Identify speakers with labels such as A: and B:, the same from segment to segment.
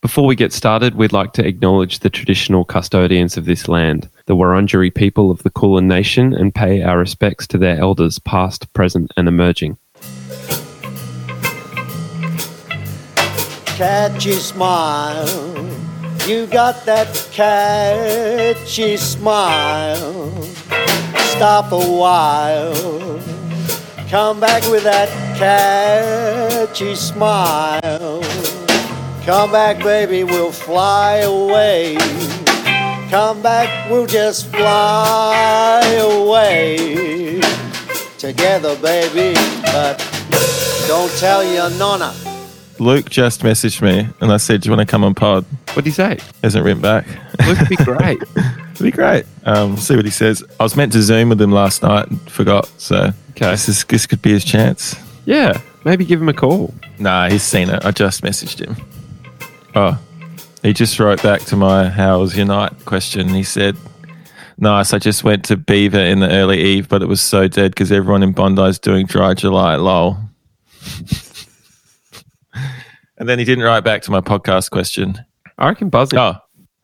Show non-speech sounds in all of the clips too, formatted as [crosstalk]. A: Before we get started, we'd like to acknowledge the traditional custodians of this land, the Wurundjeri people of the Kulin Nation, and pay our respects to their elders, past, present, and emerging.
B: catchy smile. You got that catchy smile. Stop a while. Come back with that catchy smile. Come back, baby, we'll fly away. Come back, we'll just fly away. Together, baby, but don't tell your nonna.
C: Luke just messaged me and I said, Do you want to come on pod?
A: What'd he say?
C: Hasn't written back. [laughs]
A: Luke'd be great.
C: It'd be great. Um, see what he says. I was meant to Zoom with him last night and forgot. So
A: Okay.
C: this, is, this could be his chance.
A: yeah, maybe give him a call.
C: Nah, he's seen it. I just messaged him. Oh, he just wrote back to my How's Your Night question. He said, Nice. I just went to Beaver in the early eve, but it was so dead because everyone in Bondi's doing dry July. Lol. [laughs] and then he didn't write back to my podcast question.
A: I reckon Buzz.
C: Oh,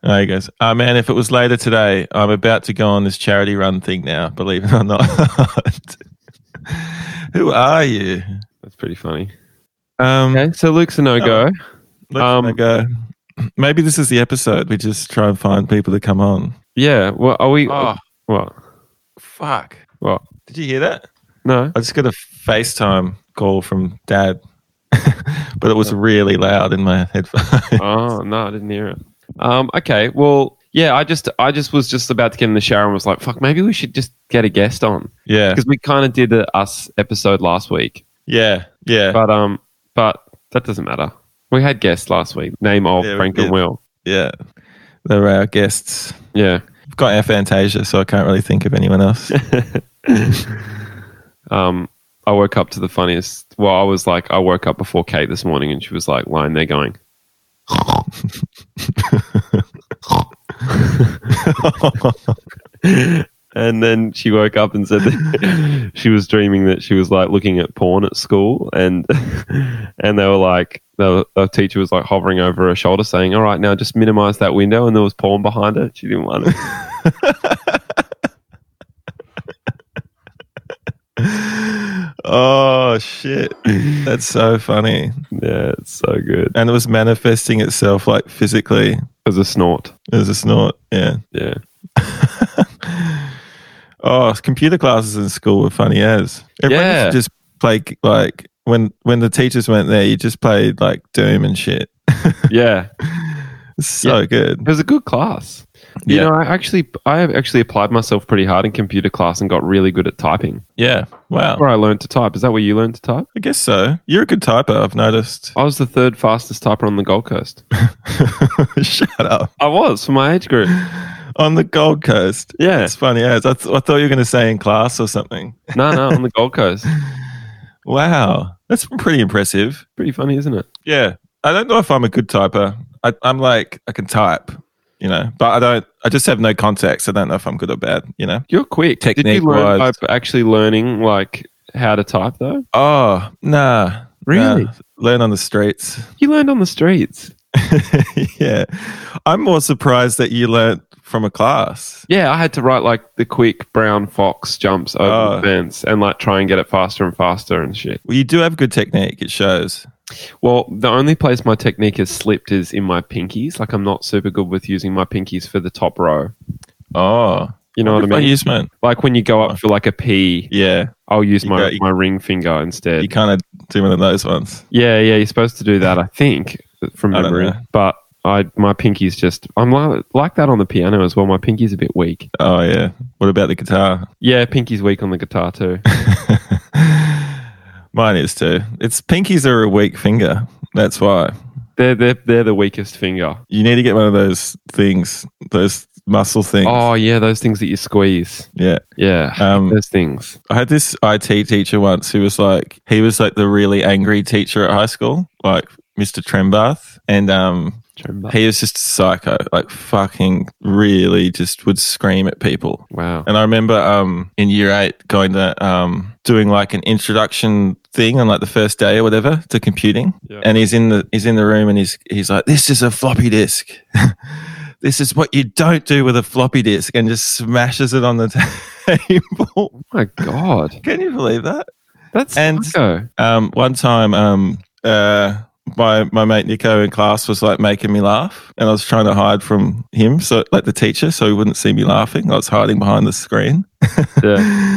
C: there he goes. Oh, man, if it was later today, I'm about to go on this charity run thing now, believe it or not. [laughs] Who are you?
A: That's pretty funny.
C: Um,
A: Okay, so Luke's a no go.
C: Oh. let's
A: Um,
C: make a- Maybe this is the episode. We just try and find people to come on.
A: Yeah, well, are we.
C: Oh.
A: What?
C: Fuck.
A: What?
C: Did you hear that? [laughs]
A: No?
C: I just got a FaceTime call from dad, [laughs] but it was really loud in my headphones. [laughs]
A: oh no, I didn't hear it. Um, okay, well, yeah, I just, I just was just about to get in the shower and was like, "Fuck, maybe we should just get a guest on."
C: yeah.
A: because we kind of did the us episode last week,
C: Yeah. Yeah.
A: but um, but that doesn't matter. We had guests last week. Name of
C: Yeah, we
A: Frank
C: did.
A: and Will.
C: yeah. They were our guests.
A: Yeah.
C: I've got our Fantasia, so I can't really think of anyone else.
A: Um, I woke up to the funniest. Well, I was like, I woke up before Kate this morning, and she was like lying there going, [laughs] and then she woke up and said that [laughs] she was dreaming that she was like looking at porn at school, and [laughs] and they were like, the, the teacher was like hovering over her shoulder, saying, "All right, now just minimize that window," and there was porn behind her. She didn't want it. [laughs]
C: [laughs] oh, shit. That's so funny.
A: yeah, it's so good. It
C: And it was manifesting itself like physically
A: was a snort.
C: as a snort. Yeah.
A: Yeah.
C: Oh, computer classes in school were funny as. Everyone used to
A: Yeah.
C: just play like when when the teachers weren't there, you just played like Doom and shit.
A: Yeah.
C: It's so
A: It
C: good.
A: was a good class. You
C: Yeah.
A: know, I actually I have actually applied myself pretty hard in computer class and got really good at typing.
C: Yeah. Wow.
A: Where I learned to type. Is that where you learned to type?
C: I guess so. You're a good typer, I've noticed. [laughs]
A: I was the third fastest typer on the Gold Coast.
C: Shut up.
A: I was for my age group.
C: On the Gold Coast.
A: Yeah.
C: [laughs] It's funny as. I, th- I thought you were going to say in class or something.
A: No, no, on the Gold Coast.
C: Wow. That's pretty impressive.
A: Pretty funny, isn't it?
C: Yeah. I don't know if I'm a good typer. I, I'm like, I can type, you know, but I don't, I just have no contacts. I don't know if I'm good or bad, you know?
A: You're quick. Did you learn
C: Technique-wise.
A: by actually learning like how to type though?
C: Oh, nah.
A: Really?
C: Nah. Learn on the streets. [laughs]
A: You learned on the streets.
C: yeah. I'm more surprised that you learnt from a class.
A: Yeah, I had to write like the quick brown fox jumps over
C: Oh.
A: the fence and like try and get it faster and faster and shit.
C: Well, you do have good technique. It shows.
A: Well, the only place my technique has slipped is in my pinkies. Like I'm not super good with using my pinkies for the top row.
C: Oh,
A: You know what I
C: Good
A: mean?
C: use, man.
A: like when you go up for like a P,
C: Yeah.
A: I'll use
C: You
A: my,
C: got- you-
A: my ring finger instead.
C: You kind of do one of those ones.
A: yeah, yeah, you're supposed to do that, I think, from
C: I don't
A: memory.
C: know.
A: But I my pinkies just I'm like, like that on the piano as well. My pinky's a bit weak.
C: Oh, yeah. What about the guitar?
A: Yeah, pinky's weak on the guitar
C: [laughs]
A: too.
C: Mine is too. It's pinkies are a weak finger. That's why.
A: they're they're they're the weakest finger.
C: You need to get one of those things, those muscle things.
A: Oh yeah, those things that you squeeze.
C: Yeah.
A: Yeah, [laughs]
C: Um,
A: those things.
C: I had this IT teacher once who was like, he was like the really angry teacher at high school, like Mr. Trembath. And um,
A: Chumba.
C: He was just a psycho, like fucking really just would scream at people.
A: wow.
C: And I remember um, in year eight going to um, doing like an introduction thing on like the first day or whatever to computing.
A: Yeah.
C: And he's in the he's in the room and he's he's like, "This is a floppy disk. [laughs] this is what you don't do with a floppy disk," and just smashes it on the [laughs] table.
A: Oh my God.
C: Can you believe that?
A: That's
C: And-
A: psycho.
C: Um, one time, um, uh, my my mate Nico in class was like making me laugh, and I was trying to hide from him, so like the teacher, so he wouldn't see me laughing. I was hiding behind the screen.
A: Yeah.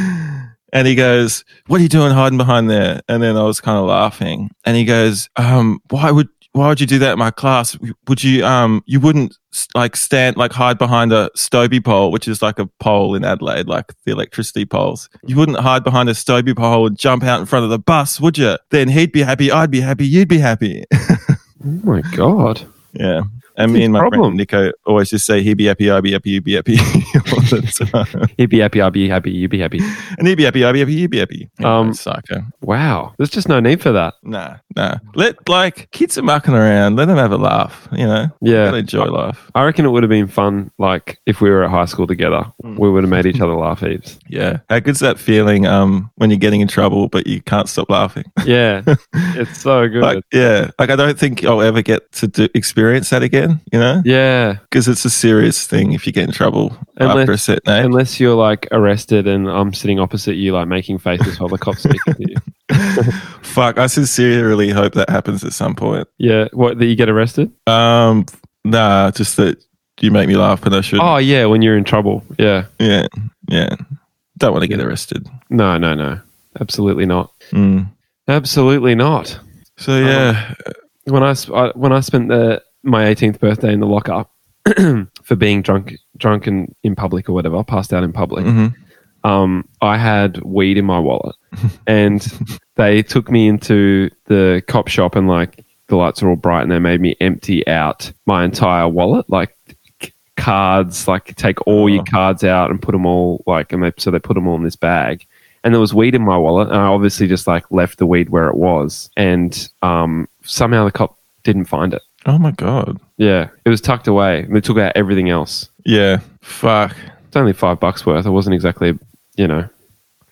C: And he goes, "What are you doing hiding behind there?" And then I was kind of laughing. And he goes, "Um, why would why would you do that in my class? Would you um you wouldn't s- like stand like hide behind a Stobie pole, which is like a pole in Adelaide, like the electricity poles. You wouldn't hide behind a Stobie pole and jump out in front of the bus, would you? Then he'd be happy, I'd be happy, you'd be happy."
A: [laughs]
C: [laughs]
A: Oh my God.
C: yeah. And
A: That's
C: me and my
A: problem.
C: friend Nico always just say, "He'd be happy, I'd be happy, you'd be happy," [laughs] all the time. [laughs]
A: He'd be happy. I'd be happy. You'd be happy.
C: and he'd be happy, I'd be happy, you'd be happy.
A: Um,
C: psycho.
A: Wow. There's just no need for that.
C: Nah, nah. Let like kids are mucking around. Let them have a laugh. You know,
A: Yeah.
C: Gotta enjoy life.
A: I reckon it would have been fun, like if we were at high school together,
C: Mm.
A: we would have made each other laugh heaps.
C: Yeah. How good's that feeling? Um, when you're getting in trouble but you can't stop laughing. [laughs]
A: Yeah, it's so good.
C: Like, yeah. Like I don't think I'll ever get to do, experience that again. You know,
A: yeah,
C: because it's a serious thing if you get in trouble
A: Unless-
C: after a certain age.
A: unless you're like arrested and I'm sitting opposite you, like making faces while the cops speak to you.
C: [laughs]
A: [laughs]
C: Fuck. I sincerely hope that happens at some point.
A: Yeah, what that you get arrested?
C: Um, nah. Just that you make me laugh when I should.
A: Oh yeah, when you're in trouble. Yeah,
C: Yeah. Yeah. Don't want to get arrested.
A: no, no, no, absolutely not,
C: Mm.
A: absolutely not.
C: So
A: Oh,
C: yeah.
A: When I, sp- I when I spent the my 18th birthday in the lockup [clears throat] for being drunk, drunk in, in public or whatever, passed out in public.
C: hmm
A: um, I had weed in my wallet, and they took me into the cop shop, and like the lights were all bright, and they made me empty out my entire wallet, like c- cards, like take all your
C: Oh.
A: cards out and put them all, like, and they, so they put them all in this bag. And there was weed in my wallet, and I obviously just like left the weed where it was, and um, somehow the cop didn't find it.
C: Oh my god.
A: Yeah, it was tucked away, and they took out everything else.
C: Yeah. Fuck.
A: It's only five bucks worth. It wasn't exactly, you know,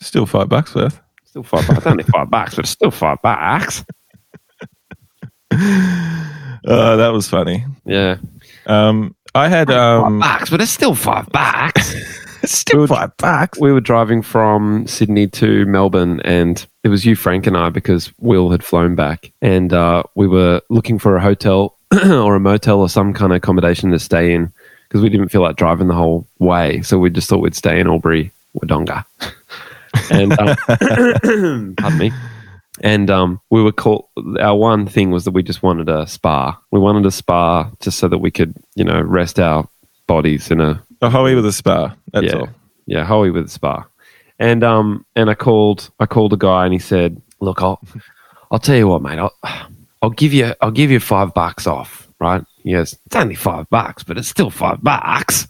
C: Still five bucks worth.
A: Still five bucks. Only five bucks, but it's still five bucks.
C: Uh, that was funny.
A: Yeah.
C: Um, I had um,
A: bucks, but it's still five [laughs] bucks.
C: still five bucks.
A: we were driving from Sydney to Melbourne, and it was you, Frank, and I because Will had flown back, and uh, we were looking for a hotel [clears throat] or a motel or some kind of accommodation to stay in because we didn't feel like driving the whole way, so we just thought we'd stay in Albury, Wodonga, [laughs] and uh, [coughs] pardon me. And um, we were call Our one thing was that we just wanted a spa. We wanted a spa just so that we could, you know, rest our bodies in a
C: A hoey with a spa. That's
A: yeah.
C: all. [laughs]
A: Yeah, Hoey with a spa. And um and I called I called a guy and he said, "Look, I'll I'll tell you what, mate. I'll I'll give you I'll give you 5 bucks off, right?" He goes, "It's only 5 bucks, but it's still 5 bucks."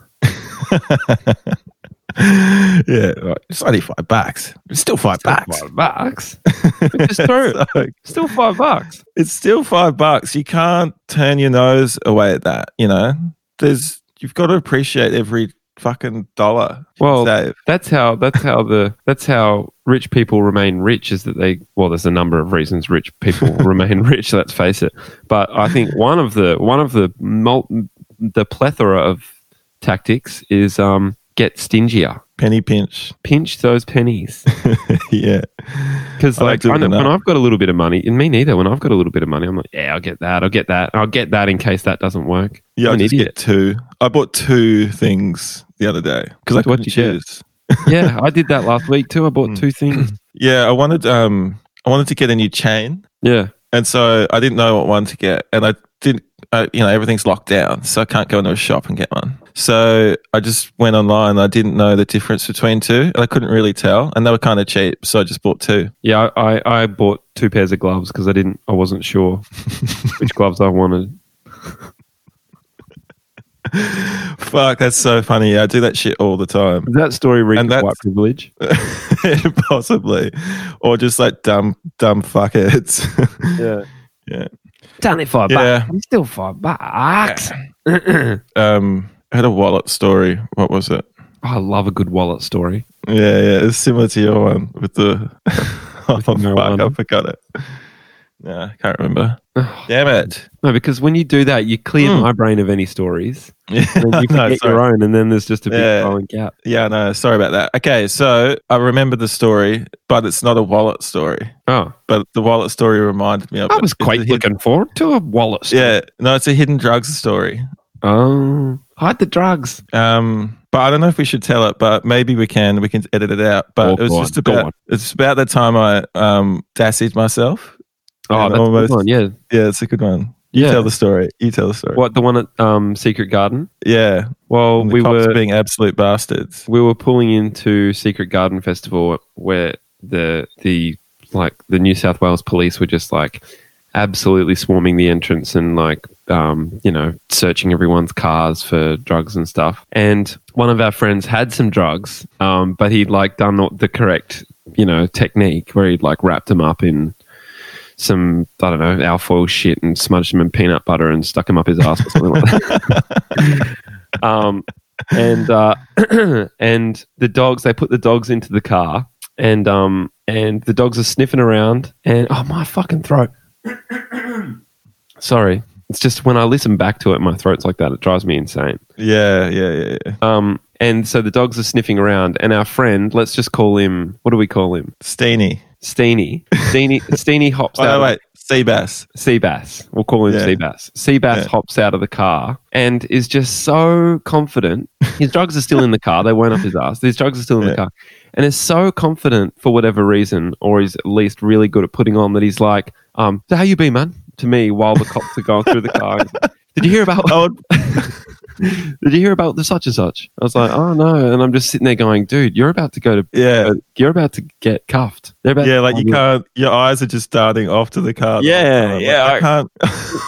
C: Yeah, right. it's only five bucks. It's still five bucks.
A: 5 bucks. It's true.
C: [laughs] So,
A: Still 5 bucks.
C: it's still five bucks. You can't turn your nose away at that. You know, there's you've got to appreciate every fucking dollar. you
A: Well,
C: save.
A: That's how that's how the that's how rich people remain rich is that they well there's a number of reasons rich
C: [laughs]
A: people remain rich let's face it but I think one of the one of the mul- the plethora of tactics is um get stingier
C: penny pinch. [laughs]
A: pinch those pennies
C: yeah,
A: because
C: I don't
A: like
C: do
A: I know,
C: that.
A: when I've got a little bit of money and me neither when I've got a little bit of money I'm like yeah I'll get that I'll get that I'll get that in case that doesn't work
C: yeah.
A: I'm
C: I
A: an
C: just
A: idiot
C: get two. I bought two things the other day because I
A: What'd
C: couldn't
A: you get?
C: choose.
A: yeah I did that last week too I
C: [laughs] Hmm.
A: bought two
C: [clears throat]
A: things
C: Yeah, I wanted um I wanted to get a new chain,
A: yeah
C: and so I didn't know what one to get, and I didn't. I, you know, everything's locked down, so I can't go into a shop and get one. So I just went online. I didn't know the difference between two, and I couldn't really tell. And they were kind of cheap, so I just bought two.
A: Yeah, I, I, I bought two pairs of gloves because I didn't I wasn't
C: [laughs]
A: sure which gloves I wanted.
C: Fuck, that's so funny. I do that shit all the time, [laughs]
A: That story reads
C: And that's-
A: white
C: [laughs]
A: privilege.
C: possibly, or just like dumb, dumb fuckheads. [laughs]
A: Yeah.
C: Yeah.
A: It's only five
C: Yeah.
A: bucks. It's still five bucks.
C: Um, I had a wallet story. What was it?
A: I love a good wallet story.
C: Yeah, yeah. It's similar to your one
A: [laughs]
C: with the. oh, [laughs] fuck, I
A: marijuana.
C: forgot it. Nah, I can't remember. Damn it.
A: No, because when you do that, you clear my brain of any
C: [laughs]
A: stories.
C: Yeah,
A: And then you can
C: Hmm. no,
A: get
C: sorry.
A: your own, and then there's just a big
C: Yeah.
A: flowing gap.
C: yeah, no, sorry about that. Okay, so I remember the story, but it's not a wallet story.
A: Oh,
C: But the wallet story reminded me of
A: I
C: it.
A: was
C: It's a
A: quite
C: hid-
A: looking forward to a wallet story.
C: Yeah, no, it's a hidden drugs story.
A: Oh, hide the drugs.
C: Um, but I don't know if we should tell it, but maybe we can. We can edit it out. But
A: Oh,
C: it was
A: go on,
C: just
A: go
C: about
A: on.
C: it's about the time I um dassied myself.
A: Oh,
C: And
A: that's a good
C: almost-
A: one. Yeah.
C: Yeah, it's a good one. You
A: Yeah.
C: tell the story. You tell the story.
A: What the one at um, Secret Garden?
C: Yeah,
A: Well,
C: the
A: we
C: cops
A: were
C: being absolute bastards.
A: we were pulling into Secret Garden Festival where the the like the New South Wales police were just like absolutely swarming the entrance and like um, you know searching everyone's cars for drugs and stuff. And one of our friends had some drugs, um, but he'd like done the correct you know technique where he'd like wrapped them up in some I don't know alfoil shit and smudged him in peanut butter and stuck him up his ass or something like that. [laughs] um, and uh, [clears throat] and the dogs they put the dogs into the car and um and the dogs are sniffing around and oh my fucking throat. [clears throat] Sorry, it's just when I listen back to it, my throat's like that. It drives me insane.
C: Yeah, yeah, yeah, yeah.
A: Um, and so the dogs are sniffing around, and our friend, let's just call him. What do we call him?
C: Steeny.
A: Steeny. [laughs] Steeny. Steeny hops
C: Oh
A: out.
C: no,
A: of-
C: wait, Seabass.
A: Seabass, we'll call him
C: Yeah.
A: Seabass. Seabass
C: Yeah.
A: hops out of the car and is just so
C: [laughs]
A: confident. His drugs are still in the car. They weren't up his ass. His drugs are still in
C: Yeah.
A: the car. And is so confident for whatever reason, or is at least really good at putting on that he's like, um, so how you been, man? To me while the cops are going through the
C: [laughs]
A: car. Did you hear about
C: Oh,
A: did you hear about the such and such? I was like, oh no. And I'm just sitting there going, dude, you're about to go to
C: [laughs] yeah,
A: you're about to get cuffed. They're about
C: yeah.
A: to
C: Like you
A: find
C: can't. Your eyes are just darting off to the car. the
A: Yeah,
C: whole time. Like,
A: yeah,
C: I
A: I-
C: can't.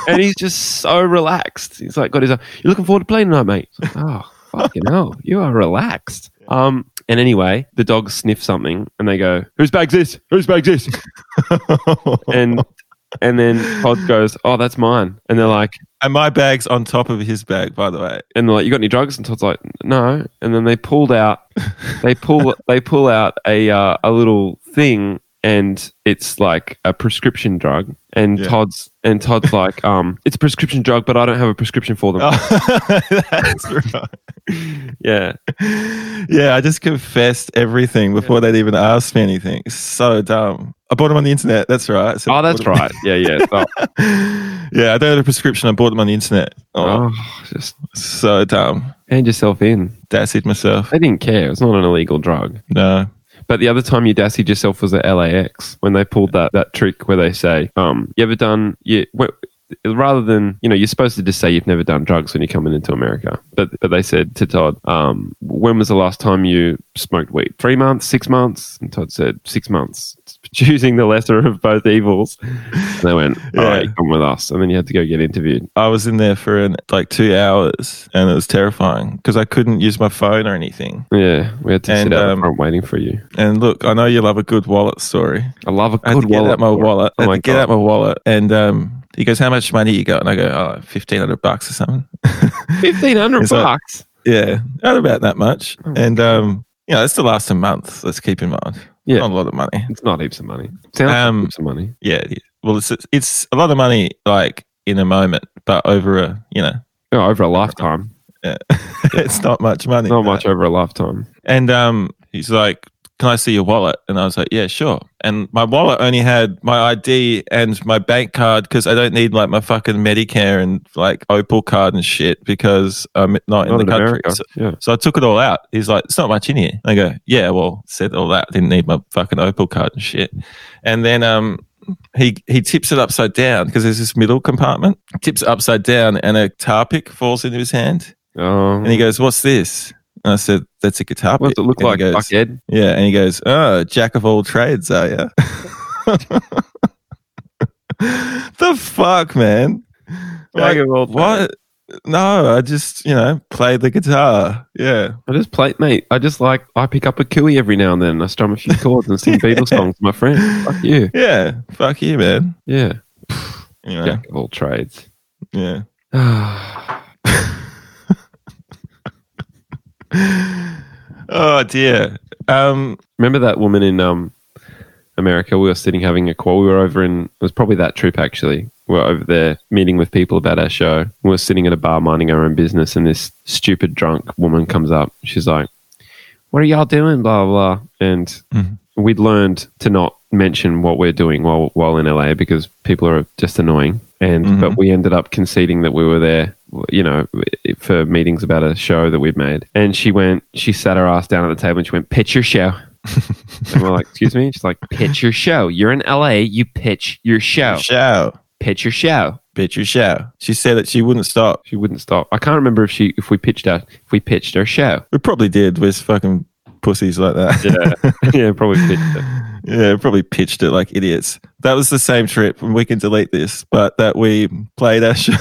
A: and he's just so relaxed. He's like, "God, he's like, you're looking forward to playing tonight, mate." It's like, oh, fucking hell, you are relaxed. Um, and anyway, the dogs sniff something, and they go, "Whose bag's this? Whose bag's this?"
C: [laughs]
A: And and then Todd goes, "Oh, that's mine." And they're like,
C: and my bag's on top of his bag, by the [laughs] way.
A: and they're like, "You got any drugs?" And Todd's like, "No." And then they pulled out, they pull, they pull out a uh, a little thing, and it's like a prescription drug. And
C: Yeah.
A: Todd's and Todd's like, um, "It's a prescription drug, but I don't have a prescription for them."
C: Oh, [laughs] that's right.
A: Yeah,
C: Yeah, I just confessed everything before they'd even asked me anything. It's so dumb. I bought them on the internet. That's right. So-
A: Oh, that's right. Yeah, yeah. Oh, [laughs]
C: [laughs] yeah, I don't have a prescription. I bought them on the internet. Oh,
A: oh, just
C: so dumb.
A: hand yourself in.
C: Dassied myself.
A: They didn't care. It's not an illegal drug.
C: No.
A: But the other time you dassied yourself was at LAX when they pulled that, that trick where they say, um, you ever done, you, wh- rather than, you know, you're supposed to just say you've never done drugs when you're coming into America. But, but they said to Todd, um, when was the last time you smoked weed? Three months, six months? And Todd said, six months. [laughs] Choosing the lesser of both evils. And they went, all
C: Yeah.
A: right, you come with us. And then you had to go get interviewed.
C: I was in there for an, like two hours and it was terrifying because I couldn't use my phone or anything.
A: Yeah, we had to
C: And,
A: sit out
C: um,
A: the front waiting for you.
C: And look, I know you love a good wallet story.
A: I love a
C: I had
A: good
C: to get
A: wallet.
C: out my
A: story.
C: wallet.
A: Oh
C: I had
A: my
C: to get
A: God.
C: out my wallet. And um, he goes, How much money you got? And I go, Oh, 1500 bucks or something.
A: Fifteen hundred
C: It's like-
A: bucks.
C: Yeah, not about that much.
A: Oh
C: And um, you know, it's the last a month. Let's keep in mind.
A: Yeah.
C: not a lot of money.
A: It's not heaps of money. Sounds
C: Um,
A: like heaps of money.
C: Yeah, it is. well, it's it's a lot of money like in a moment, but over a you know, [laughs]
A: No, Oh, over a lifetime.
C: yeah, it's not much money.
A: Not much over a lifetime.
C: And um, he's like, "Can I see your wallet?" And I was like, "Yeah, sure." And my wallet only had my ID and my bank card because I don't need like my fucking Medicare and like Opal card and shit because I'm not in
A: Not
C: the
A: in
C: country.
A: America.
C: So-
A: Yeah.
C: So I took it all out. He's like, it's not much in here. I go, yeah, well, said all that. Didn't need my fucking Opal card and shit. And then um, he he tips it upside down because there's this middle compartment. Tips it upside down, and a tar pick falls into his hand.
A: Um,
C: And he goes, what's this? And I said, that's a guitar
A: what
C: pick.
A: does it look
C: And he
A: like,
C: goes,
A: fuckhead?
C: yeah, and he goes, "Oh, jack of all trades, are you?" [laughs] the fuck, man!
A: Jack of all
C: what? No, I just you know play the guitar. Yeah, [laughs]
A: I just play, mate. I just like I pick up a cooey every now and then. and I strum a
C: [laughs]
A: few chords and sing Beatles songs. to My friend, fuck you.
C: yeah. Fuck you, man.
A: Yeah.
C: Anyway,
A: Jack of all trades. [sighs] Ah.
C: yeah. Oh dear. Um,
A: Remember that woman in um, America? We were sitting having a call. We were over in, it was probably that trip actually. We were over there meeting with people about our show. We were sitting at a bar minding our own business, and this stupid drunk woman comes up. She's like, What are y'all doing? Blah, blah. And we'd learned to not mention what we're doing while, while in LA because people are just annoying. And, but we ended up conceding that we were there, you know, for meetings about a show that we'd made. And she went, she sat her ass down at the table and she went, Pitch your show. And we're like, excuse me? She's like, pitch your show. You're in LA, you pitch your show.
C: show.
A: Pitch your show.
C: Bitch, you show. She said that she wouldn't stop.
A: She wouldn't stop. I can't remember if she if we pitched our if we pitched our show.
C: We probably did. We're fucking pussies like that.
A: [laughs] Yeah. [laughs] yeah, probably pitched it.
C: [laughs] Yeah, probably pitched it like idiots. That was the same trip, and we can delete this, but that we played our [laughs] show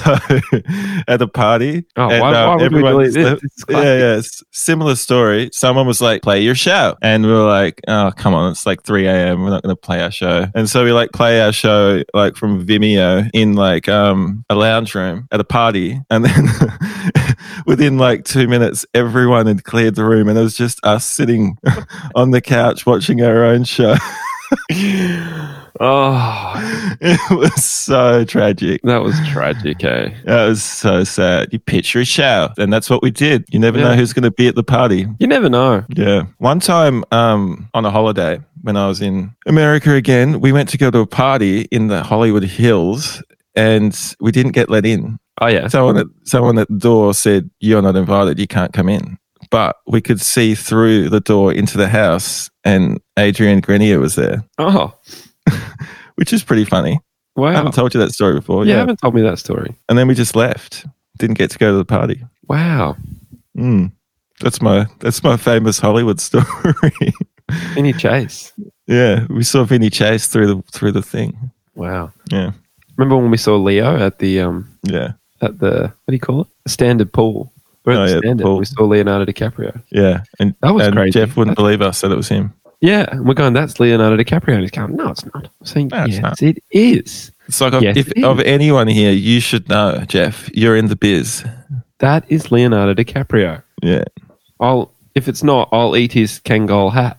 C: at a party.
A: Oh,
C: and, uh,
A: why- why would we
C: everyone
A: delete
C: was
A: this?
C: left-
A: This is
C: Yeah,
A: classic.
C: yeah. it's Similar story. Someone was like, play your show. And we were like, oh, come on, it's like 3 a.m. We're not going to play our show. And so we like play our show like from Vimeo in like um, a lounge room at a party. And then [laughs] within like two minutes, everyone had cleared the room and it was just us sitting [laughs] on the couch watching our own show.
A: [laughs] Oh
C: [laughs] it was so tragic.
A: that was tragic, eh?
C: That was so sad. You picture a shower, and that's what we did. You never know
A: Yeah.
C: who's going to be at the party.
A: You never know.
C: Yeah. One time um, on a holiday when I was in America again, we went to go to a party in the Hollywood Hills and we didn't get let in.
A: Oh yeah.
C: Someone at, someone at the door said, You're not invited. You can't come in. But we could see through the door into the house, and Adrian Grenier was there,
A: Oh.
C: which is pretty funny. I
A: Wow.
C: haven't told you that story before.
A: you haven't told me that story.
C: and then we just left. Didn't get to go to the party.
A: Wow.
C: Mm. That's my that's my famous Hollywood story. [laughs]
A: Any chase.
C: yeah, we saw Vinny Chase through the through the thing.
A: Wow.
C: Yeah,
A: Remember when we saw Leo at the um
C: yeah,
A: at the what do you call it? Standard pool. We're at
C: Oh,
A: the
C: yeah, the
A: standard.
C: pool.
A: We saw Leonardo DiCaprio.
C: yeah. And
A: That was
C: and
A: crazy.
C: Jeff wouldn't believe us that it was him.
A: Yeah, and we're going, that's Leonardo DiCaprio. And he's going, no, it's not. I'm saying,
C: No, it's
A: yes,
C: not."
A: it is.
C: It's like of-
A: Yes,
C: if
A: it is.
C: of anyone here, you should know, Jeff. You're in the biz.
A: That is Leonardo DiCaprio.
C: Yeah.
A: I'll if it's not, I'll eat his Kangol
C: [laughs]
A: hat.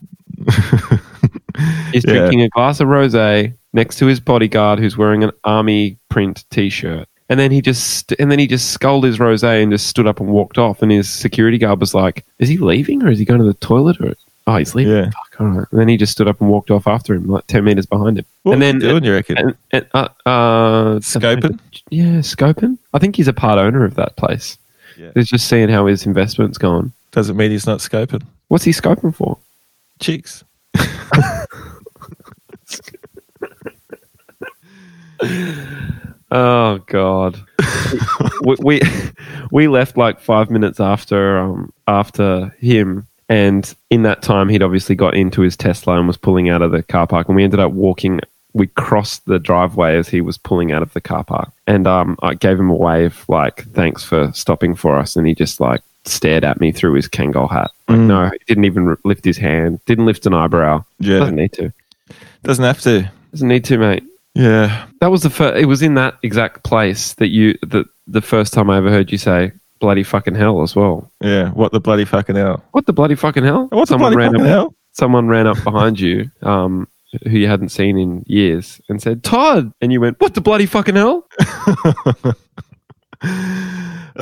A: He's
C: Yeah.
A: drinking a glass of rosé next to his bodyguard, who's wearing an army print T-shirt. And then he just and then he just sculled his rosé and just stood up and walked off. And his security guard was like, "Is he leaving or is he going to the toilet or?" Oh, he's leaving.
C: Yeah.
A: Fuck, all right. And then he just stood up and walked off after him, like ten meters behind him.
C: What
A: and
C: were you
A: then
C: doing, you reckon?
A: and, and, uh, uh,
C: Scoping?
A: Yeah, Scopin. I think he's a part owner of that place.
C: Yeah.
A: He's just seeing how his investment's gone.
C: Doesn't mean he's not scoping.
A: What's he scoping for?
C: Chicks.
A: Oh God, we, we [laughs] we left like five minutes after um after him, and in that time he'd obviously got into his Tesla and was pulling out of the car park, and we ended up walking. We crossed the driveway as he was pulling out of the car park, and um I gave him a wave like thanks for stopping for us, and he just like stared at me through his Kangol hat. Like,
C: Mm.
A: No, he didn't even r- lift his hand, didn't lift an eyebrow.
C: Yeah.
A: Doesn't need to.
C: Doesn't have to.
A: Doesn't need to, mate.
C: Yeah.
A: That was the first. It was in that exact place that you that the first time I ever heard you say bloody fucking hell as well.
C: Yeah. What the bloody fucking hell?
A: What the bloody fucking hell?
C: What the bloody
A: ran
C: fucking
A: up,
C: hell?
A: Someone ran up behind you, um, who you hadn't seen in years, and said Todd, and you went what the bloody fucking hell?
C: [laughs]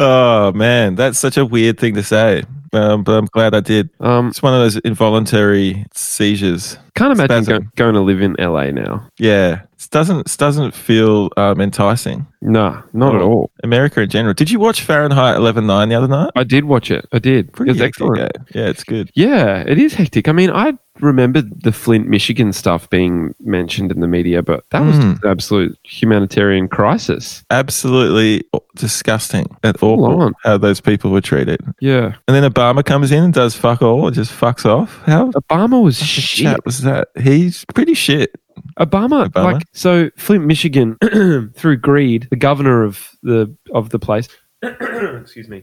C: Oh man, that's such a weird thing to say. Um, but I'm glad I did.
A: Um,
C: It's one of those involuntary seizures.
A: can't imagine go,
C: Spasm.
A: going to live in LA now.
C: Yeah, it doesn't it doesn't feel um, enticing.
A: Nah, not at
C: Oh.
A: all.
C: America in general. Did you watch Fahrenheit 11.9 the other night?
A: I did watch it. I did. it was
C: hectic, eh?
A: excellent.
C: Yeah, Yeah, it's good.
A: Yeah, it is hectic. I mean, I remembered the Flint, Michigan stuff being mentioned in the media, but that was
C: Mm.
A: just an absolute humanitarian crisis.
C: Absolutely disgusting and awful
A: on.
C: how those people were treated.
A: Yeah.
C: And then Obama comes in and does fuck all and just fucks off.
A: [laughs]
C: How
A: Obama was
C: shit
A: shit.
C: was that? He's pretty shit.
A: Obama,
C: Obama?
A: like, so Flint, Michigan, [clears throat] through greed, the governor of the of the place, [clears throat] excuse me,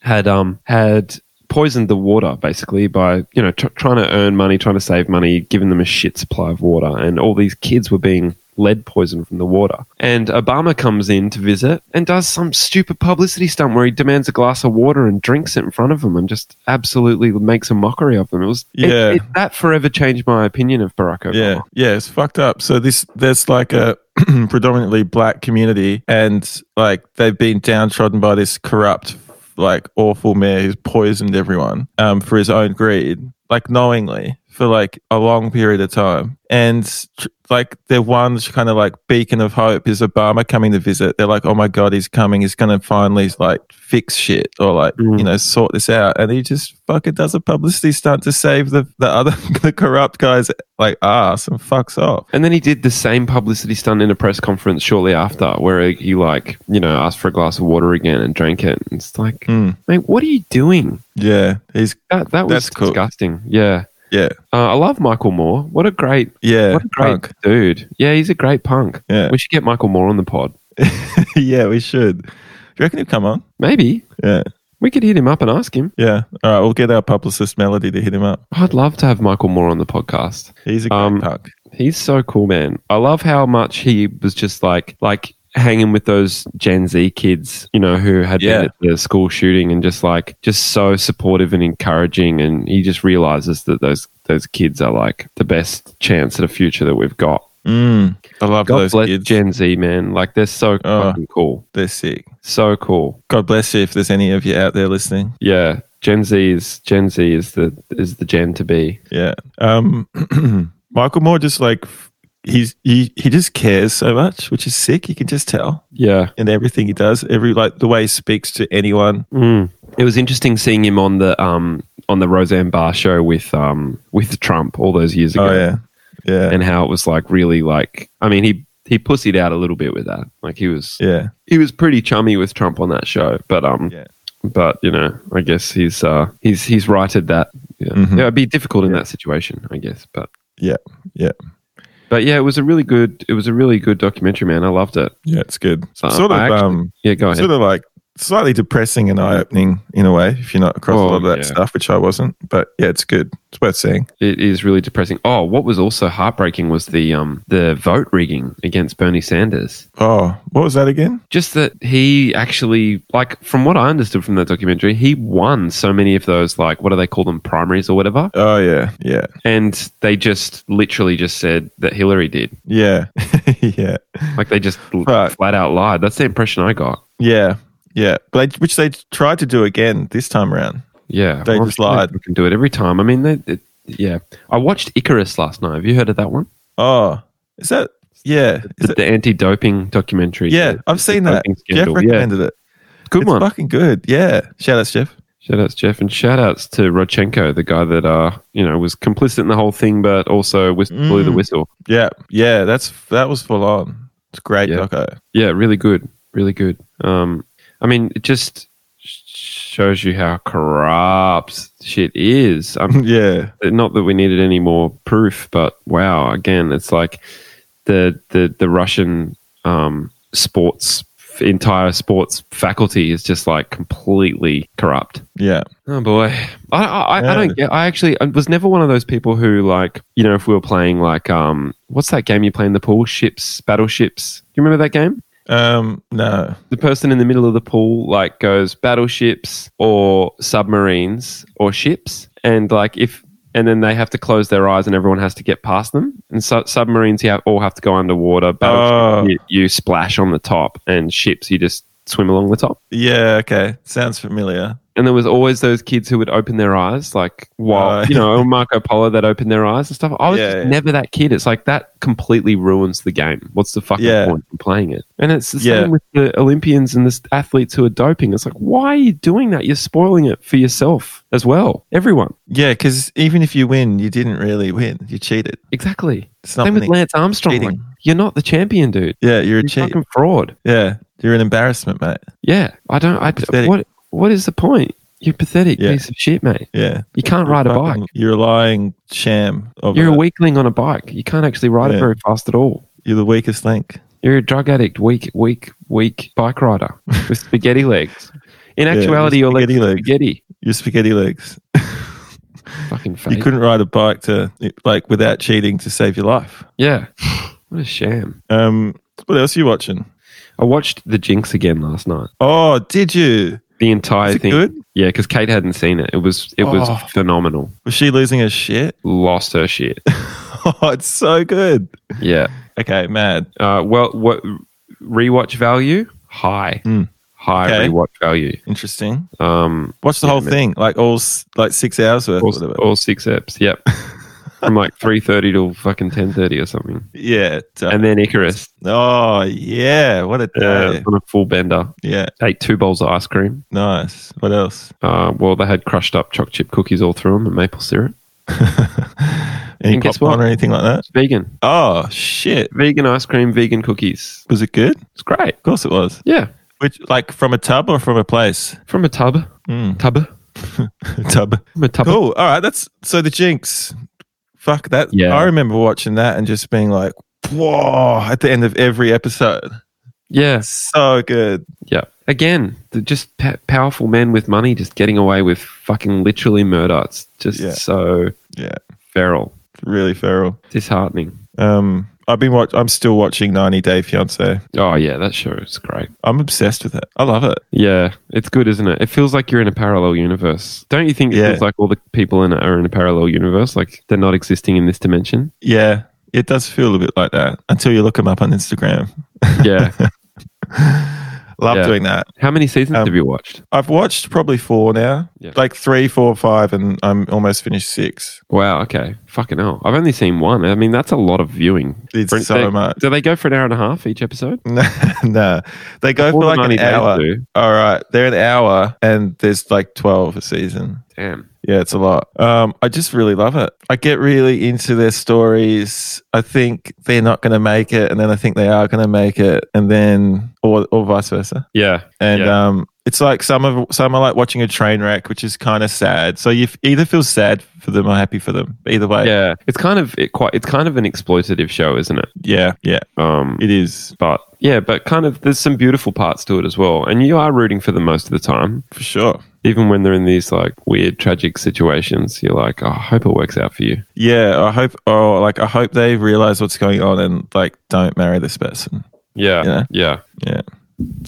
A: had um had poisoned the water basically by you know tr- trying to earn money, trying to save money, giving them a shit supply of water, and all these kids were being lead poison from the water. And Obama comes in to visit and does some stupid publicity stunt where he demands a glass of water and drinks it in front of him and just absolutely makes a mockery of them. It was it-
C: Yeah.
A: it- that forever changed my opinion of Barack Obama.
C: Yeah, yeah, it's fucked up. So this there's like a [clears throat] predominantly black community, and like they've been downtrodden by this corrupt, like awful mayor who's poisoned everyone um, for his own greed, like knowingly for like a long period of time. And tr- like their one kind of like beacon of hope is Obama coming to visit. They're like, oh my god, he's coming. He's gonna finally like fix shit or like
A: Mm.
C: you know sort this out. And he just fucking does a publicity stunt to save the the other [laughs] the corrupt guys like ass and fucks off.
A: And then he did the same publicity stunt in a press conference shortly after, where he like you know asked for a glass of water again and drank it. And it's like,
C: Mm.
A: mate, what are you doing?
C: Yeah, he's
A: That that was
C: That's cool.
A: disgusting. Yeah,
C: yeah
A: uh, I love Michael Moore. What a great,
C: yeah
A: what a great
C: punk. [laughs]
A: dude. Yeah, he's a great punk.
C: Yeah.
A: we should get Michael Moore on the pod.
C: yeah, we should. Do you reckon he'll come on?
A: Maybe
C: Yeah,
A: we could hit him up and ask him.
C: yeah. All right, we'll get our publicist Melody to hit him up.
A: I'd love to have Michael Moore on the podcast.
C: He's a great
A: Um,
C: punk.
A: He's so cool, man. I love how much he was just like like hanging with those Gen Z kids, you know, who had
C: Yeah.
A: been at the school shooting and just like just so supportive and encouraging and he just realizes that those those kids are like the best chance at a future that we've got.
C: Mm, I love
A: God
C: those
A: bless
C: kids.
A: Gen Z, man. Like they're so
C: Oh.
A: fucking cool.
C: They're sick.
A: So cool.
C: God bless you if there's any of you out there listening.
A: Yeah. Gen Z is Gen Z is the is the gen to be.
C: Yeah. Um, [clears throat] Michael Moore just like he's he, he just cares so much, which is sick. You can just tell
A: Yeah.
C: in everything he does, every like the way he speaks to anyone.
A: Mm. It was interesting seeing him on the um, on the Roseanne Barr show with um, with Trump all those years ago,
C: Oh yeah, yeah,
A: and how it was like really like I mean he he pussied out a little bit with that, like he was
C: yeah,
A: he was pretty chummy with Trump on that show, but um,
C: Yeah.
A: but you know I guess he's uh, he's he's righted that. Yeah,
C: Mhm.
A: Yeah, it'd be difficult in that situation, I guess, but
C: yeah, yeah,
A: but yeah, it was a really good it was a really good documentary, man. I loved it.
C: yeah. It's good.
A: So,
C: sort of
A: I actually-
C: um,
A: Yeah, go ahead.
C: sort of like slightly depressing and eye opening in a way if you're not across a
A: Oh,
C: lot of that
A: yeah.
C: stuff, which I wasn't. But yeah, it's good. It's worth seeing.
A: It is really depressing. Oh, what was also heartbreaking was the um, the vote rigging against Bernie Sanders.
C: Oh, what was that again?
A: Just that he actually, like, from what I understood from that documentary, he won so many of those, like, what do they call them, primaries or whatever,
C: Oh yeah, yeah,
A: and they just literally just said that Hillary did.
C: yeah, [laughs] yeah,
A: Like, they just l-
C: Right.
A: flat out lied. That's the impression I got.
C: yeah, yeah. But they, which they tried to do again this time around.
A: Yeah,
C: They
A: I'm
C: just
A: sure
C: lied.
A: They can do it every time. I mean, they, it- yeah. I watched Icarus last night. Have you heard of that one?
C: Oh, is that? Yeah, is
A: the
C: it,
A: the anti-doping documentary.
C: yeah. I've
A: It's the
C: seen that.
A: doping
C: Jeff
A: scandal. Yeah,
C: recommended it.
A: good
C: it's
A: one.
C: fucking good. Yeah. Shout out, Jeff.
A: Shout outs, Jeff, and shout outs to Rodchenko, the guy that uh, you know, was complicit in the whole thing, but also whist- blew the
C: Mm.
A: whistle.
C: Yeah, yeah. That's that was full on. It's great,
A: Yeah.
C: doco. [laughs]
A: Yeah, really good, really good. Um, I mean, it just sh- shows you how corrupt shit is.
C: [laughs]
A: Um,
C: yeah,
A: not that we needed any more proof, but wow, again, it's like the the the Russian um sports entire sports faculty is just like completely corrupt.
C: yeah.
A: Oh boy, I I, I, I
C: Yeah.
A: don't get. I actually I was never one of those people who like you know if we were playing like um what's that game you play in the pool ships battleships. Do you remember that game?
C: Um, no.
A: The person in the middle of the pool like goes battleships or submarines or ships, and like if and then they have to close their eyes and everyone has to get past them. And so submarines you have, all have to go underwater. Battleships
C: Oh.
A: you, you splash on the top, and ships you just swim along the top.
C: Yeah, okay. Sounds familiar.
A: and there was always those kids who would open their eyes, like while
C: Oh.
A: you
C: [laughs]
A: know Marco Polo that opened their eyes and stuff. I was
C: Yeah,
A: just
C: yeah.
A: never that kid. It's like that completely ruins the game. What's the fucking
C: Yeah.
A: point in playing it? And it's the
C: Yeah.
A: same with the Olympians and the s- athletes who are doping. It's like, why are you doing that? You're spoiling it for yourself as well. Everyone,
C: Yeah, because even if you win, you didn't really win. You cheated.
A: exactly.
C: It's not
A: same with
C: winning.
A: Lance Armstrong. Like,
C: Cheating.
A: you're not the champion, dude.
C: Yeah, you're a
A: You're
C: cheat.
A: fucking fraud.
C: Yeah, you're an embarrassment, mate.
A: Yeah, I don't. I,
C: Pathetic.
A: what What is the point? You're a pathetic
C: Yeah.
A: piece of shit, mate.
C: Yeah,
A: You can't ride a bike.
C: Fucking- You're a lying sham. Of
A: You're a
C: it.
A: weakling on a bike. You can't actually ride it
C: Yeah.
A: very fast at all.
C: You're the weakest link.
A: You're a drug addict, weak, weak, weak bike
C: [laughs]
A: rider with spaghetti legs. In
C: Yeah,
A: actuality, your legs
C: spaghetti
A: are
C: legs.
A: spaghetti.
C: You're spaghetti legs.
A: Fucking fake.
C: You couldn't ride a bike to like without cheating to save your life.
A: yeah. What a sham.
C: Um, what else are you watching?
A: I watched The Jinx again last night.
C: Oh, did you?
A: The entire
C: Is it
A: thing.
C: good?
A: Yeah, because Kate hadn't seen it. It was it was
C: Oh.
A: phenomenal.
C: Was she losing her shit? [laughs]
A: Lost her shit.
C: Oh, it's so good.
A: yeah.
C: Okay, mad.
A: Uh, well, what rewatch value? High.
C: Hmm.
A: High
C: Okay.
A: rewatch value.
C: Interesting.
A: Um,
C: Watch the
A: Yeah,
C: whole
A: man.
C: thing, like all s- like six hours worth. or
A: all,
C: whatever.
A: all six eps. Yep. From
C: [laughs]
A: like three thirty till fucking ten thirty or something,
C: yeah. t-
A: and then Icarus
C: oh yeah, what a
A: uh,
C: day.
A: on a full bender.
C: yeah,
A: Ate two bowls of ice cream.
C: nice. What else? [laughs]
A: Uh, well, they had crushed up choc chip cookies all through them and maple syrup.
C: Any
A: And guess
C: popcorn
A: what?
C: or anything like that?
A: It's vegan.
C: Oh shit,
A: Vegan ice cream, vegan cookies.
C: was it good?
A: It's great.
C: Of course it was.
A: Yeah.
C: Which like from a tub or from a place?
A: From a tub.
C: Mm.
A: Tub.
C: [laughs] tub.
A: From a tub.
C: Cool. All right. That's so the Jinx. Fuck that.
A: Yeah.
C: I remember watching that and just being like, whoa, at the end of every episode.
A: Yeah.
C: So good.
A: Yeah. Again, they're just pa- powerful men with money just getting away with fucking literally murder. It's just
C: Yeah.
A: so
C: Yeah.
A: feral,
C: Really feral.
A: disheartening.
C: Um, I've been watch- I'm still watching 90 Day Fiance.
A: Oh, yeah, that sure is great.
C: I'm obsessed with it. I love it.
A: Yeah, it's good, isn't it? It feels like you're in a parallel universe. Don't you think it
C: Yeah.
A: feels like all the people in it are in a parallel universe? Like they're not existing in this dimension?
C: [laughs] Yeah. It does feel a bit like that until you look them up on Instagram.
A: Yeah.
C: Love
A: Yeah.
C: doing that.
A: How many seasons
C: Um,
A: have you watched?
C: I've watched probably four now,
A: Yeah.
C: like three, four, five, and I'm almost finished six. [laughs]
A: Wow, okay. Fucking hell. I've only seen one. I mean, that's a lot of viewing.
C: It's
A: For-
C: so
A: they-
C: much.
A: Do they go for an hour and a half each episode?
C: no, no. They go
A: All
C: for
A: the
C: like
A: 90
C: an
A: days
C: hour.
A: do.
C: All right, they're an hour, and there's like twelve a season.
A: Damn.
C: Yeah, it's a lot. Um, I just really love it. I get really into their stories. I think they're not going to make it, and then I think they are going to make it, and then or or vice versa.
A: Yeah.
C: And
A: yeah.
C: um, it's like some of some are like watching a train wreck, which is kind of sad. So you f- either feel sad for them or happy for them. Either way,
A: yeah. It's kind of it quite it's kind of an exploitative show, isn't it?
C: yeah, yeah.
A: Um
C: It is
A: but yeah, but kind of there's some beautiful parts to it as well. And you are rooting for them most of the time.
C: for sure.
A: Even when they're in these like weird tragic situations, you're like, oh, I hope it works out for you.
C: Yeah, I hope. Oh, like I hope they realize what's going on and like don't marry this person.
A: Yeah.
C: Yeah.
A: Yeah.
C: Yeah,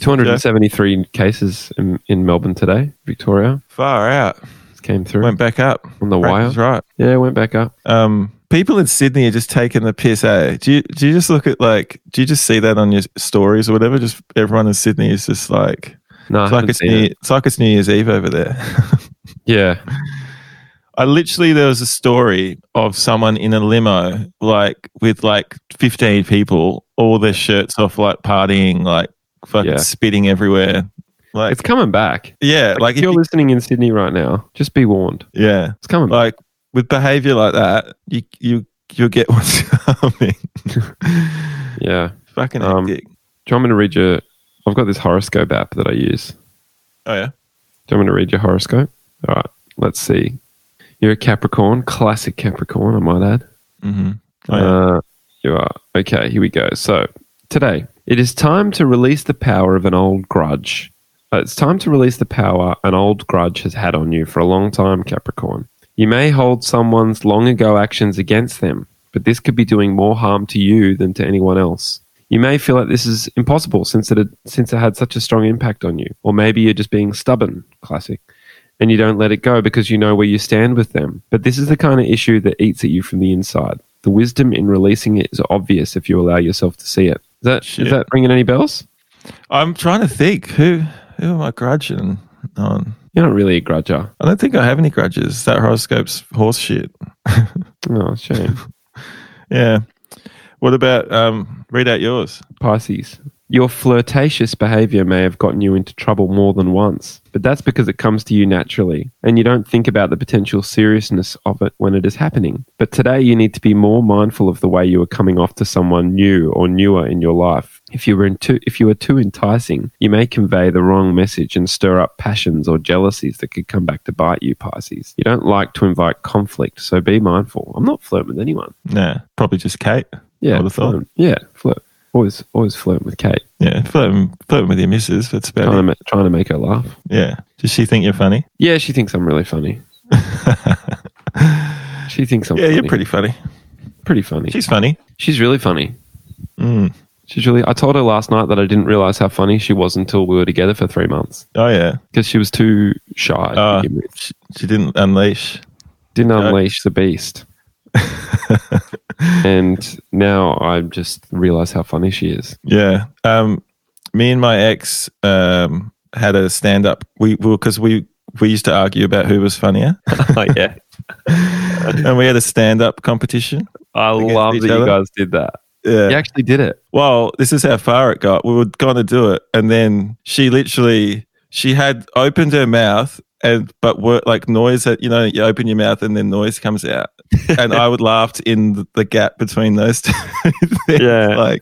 A: 273 cases in, in Melbourne today, Victoria.
C: far out.
A: Came through.
C: Went back up
A: On the
C: Frank
A: wire?
C: was right?
A: Yeah, went back up.
C: Um, people in Sydney are just taking the piss. Eh? Do you do you just look at like? Do you just see that on your stories or whatever? Just everyone in Sydney is just like.
A: No, I
C: It's like
A: haven't
C: it's,
A: seen
C: New,
A: it.
C: it's like it's New Year's Eve over there. [laughs]
A: Yeah,
C: I literally there was a story of someone in a limo, like with like fifteen people, all their shirts off, like partying, like fucking
A: Yeah.
C: spitting everywhere. Like
A: it's coming back.
C: Yeah,
A: Like
C: like
A: if
C: if
A: you're
C: you-
A: listening in Sydney right now, just be warned.
C: yeah,
A: It's coming back.
C: like with behavior like that, you you you'll get [laughs] what's coming.
A: Yeah.
C: Fucking
A: Um,
C: hectic.
A: Do you want me to read your? I've got this horoscope app that I use.
C: oh yeah,
A: Do you want me to read your horoscope? All right, let's see. You're a Capricorn, classic Capricorn, I might add.
C: mm-hmm. oh, yeah.
A: Uh, you are. Okay, here we go. So, today, it is time to release the power of an old grudge. Uh, It's time to release the power an old grudge has had on you for a long time, Capricorn. You may hold someone's long ago actions against them, but this could be doing more harm to you than to anyone else. You may feel like this is impossible since it, had, since it had such a strong impact on you. Or maybe you're just being stubborn, classic and you don't let it go because you know where you stand with them. But this is the kind of issue that eats at you from the inside. The wisdom in releasing it is obvious if you allow yourself to see it. Is that is
C: Shit.
A: that ringing any bells?
C: I'm trying to think who who am I grudging on?
A: You're not really a grudger.
C: I don't think I have any grudges. That horoscope's horse shit.
A: Oh, shame.
C: Yeah. What about um? Read out yours.
A: Pisces. Your flirtatious behavior may have gotten you into trouble more than once, but that's because it comes to you naturally, and you don't think about the potential seriousness of it when it is happening. But today, you need to be more mindful of the way you are coming off to someone new or newer in your life. If you were in too, if you are too enticing, you may convey the wrong message and stir up passions or jealousies that could come back to bite you, Pisces. You don't like to invite conflict, so be mindful. I'm not flirting with anyone.
C: Nah, probably just Kate.
A: Yeah,
C: Would've thought.
A: flirt. Yeah, flirt. Always, always flirting with Kate.
C: Yeah, flirting, flirting with your missus. That's about
A: trying to,
C: it.
A: ma- trying to make her laugh.
C: Yeah. Does she think you're funny?
A: Yeah, she thinks I'm really [laughs] funny. she thinks I'm
C: Yeah,
A: funny.
C: you're pretty funny.
A: pretty funny.
C: She's funny. Mm.
A: She's really funny. She's really. I told her last night that I didn't realize how funny she was until we were together for three months
C: Oh yeah.
A: because she was too shy. to
C: Uh,
A: begin with.
C: she, she didn't unleash.
A: didn't
C: Yeah.
A: unleash the
C: [laughs]
A: beast. and now I just realize how funny she is.
C: Yeah. Um, me and my ex um, had a stand up. We because we we used to argue about who was funnier,
A: Oh [laughs] yeah,
C: [laughs] and we had a stand up competition.
A: I
C: Against
A: love
C: each
A: that you
C: other?
A: guys did that.
C: Yeah.
A: You actually did it.
C: Well, this is how far it got. We were going to do it, and then she literally she had opened her mouth. And but were like noise that you know you open your mouth and then noise comes
A: [laughs]
C: out, and I would laughed in the- the gap between those two. things.
A: Yeah.
C: like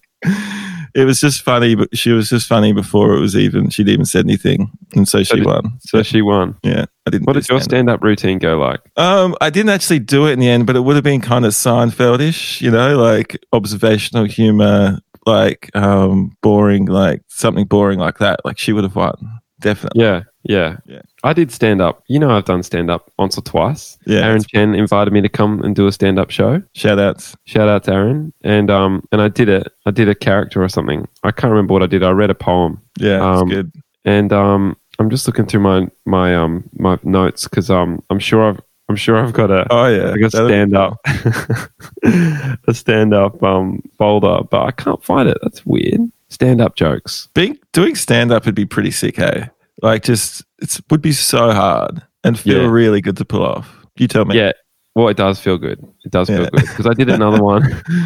C: it was just funny. But she was just funny before it was even. She'd even said anything, and so she
A: did-
C: won.
A: So she won.
C: Yeah, I didn't.
A: What
C: do
A: did your
C: stand-up.
A: stand up routine go like?
C: Um, I didn't actually do it in the end, but it would have been kind of Seinfeldish, you know, like observational humor, like um, boring, like something boring like that. Like she would have won, definitely.
A: Yeah, yeah.
C: Yeah.
A: I did stand up. You know, I've done stand up once or twice.
C: Yeah.
A: Aaron Chen invited me to come and do a stand up show.
C: Shout outs.
A: Shout out to Aaron. And um and I did it. I did a character or something. I can't remember what I did. I read a poem.
C: Yeah,
A: Um,
C: it's good.
A: and um, I'm just looking through my my um my notes because um I'm sure I've I'm sure I've got a
C: Oh yeah,
A: I guess
C: That'll be
A: stand
C: cool.
A: up [laughs] a stand up um folder, but I can't find it. That's weird. Stand up jokes.
C: Being, doing stand up would be pretty sick, hey? Like just it would be so hard and feel
A: Yeah.
C: really good to pull off. You tell me.
A: Yeah. Well, it does feel good. It does feel
C: Yeah.
A: good because I did
C: [laughs]
A: another one.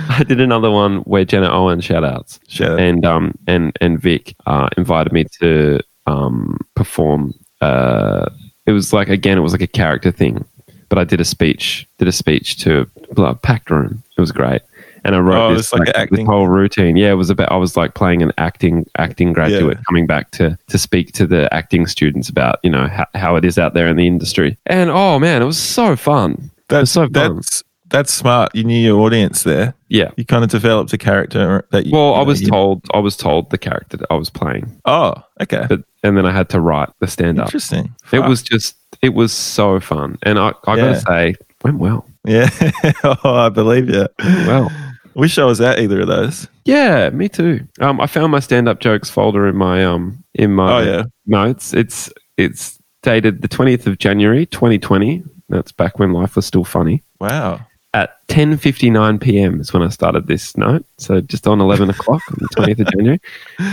A: I did another one where Jenna Owen shout outs
C: Shout out.
A: and um and and Vic uh, invited me to um perform. Uh, it was like again, it was like a character thing, but I did a speech, did a speech to a packed room. It was great, and I wrote
C: Oh,
A: this
C: it's like an
A: this
C: acting-
A: whole routine. Yeah, it was about I was like playing an acting acting graduate
C: Yeah.
A: coming back to to speak to the acting students about you know how, how it is out there in the industry. And oh man, it was so fun. It was
C: That's
A: so fun.
C: that's that's smart. You knew your audience there.
A: yeah.
C: You kind of developed a character that you.
A: Well, I
C: you know,
A: was
C: you-
A: told I was told the character that I was playing.
C: Oh, okay.
A: but and then I had to write the stand up.
C: Interesting.
A: It
C: Fuck.
A: was just it was so fun, and I I
C: Yeah.
A: gotta say went well,
C: Yeah. [laughs] oh, I believe you.
A: well.
C: Wish I was at either of those.
A: Yeah, me too. Um, I found my stand up jokes folder in my um in my
C: Oh, yeah.
A: notes. It's it's dated the twentieth of January, twenty twenty. That's back when life was still funny.
C: Wow.
A: At ten fifty nine p.m. is when I started this note. So just on eleven o'clock on the twentieth of January.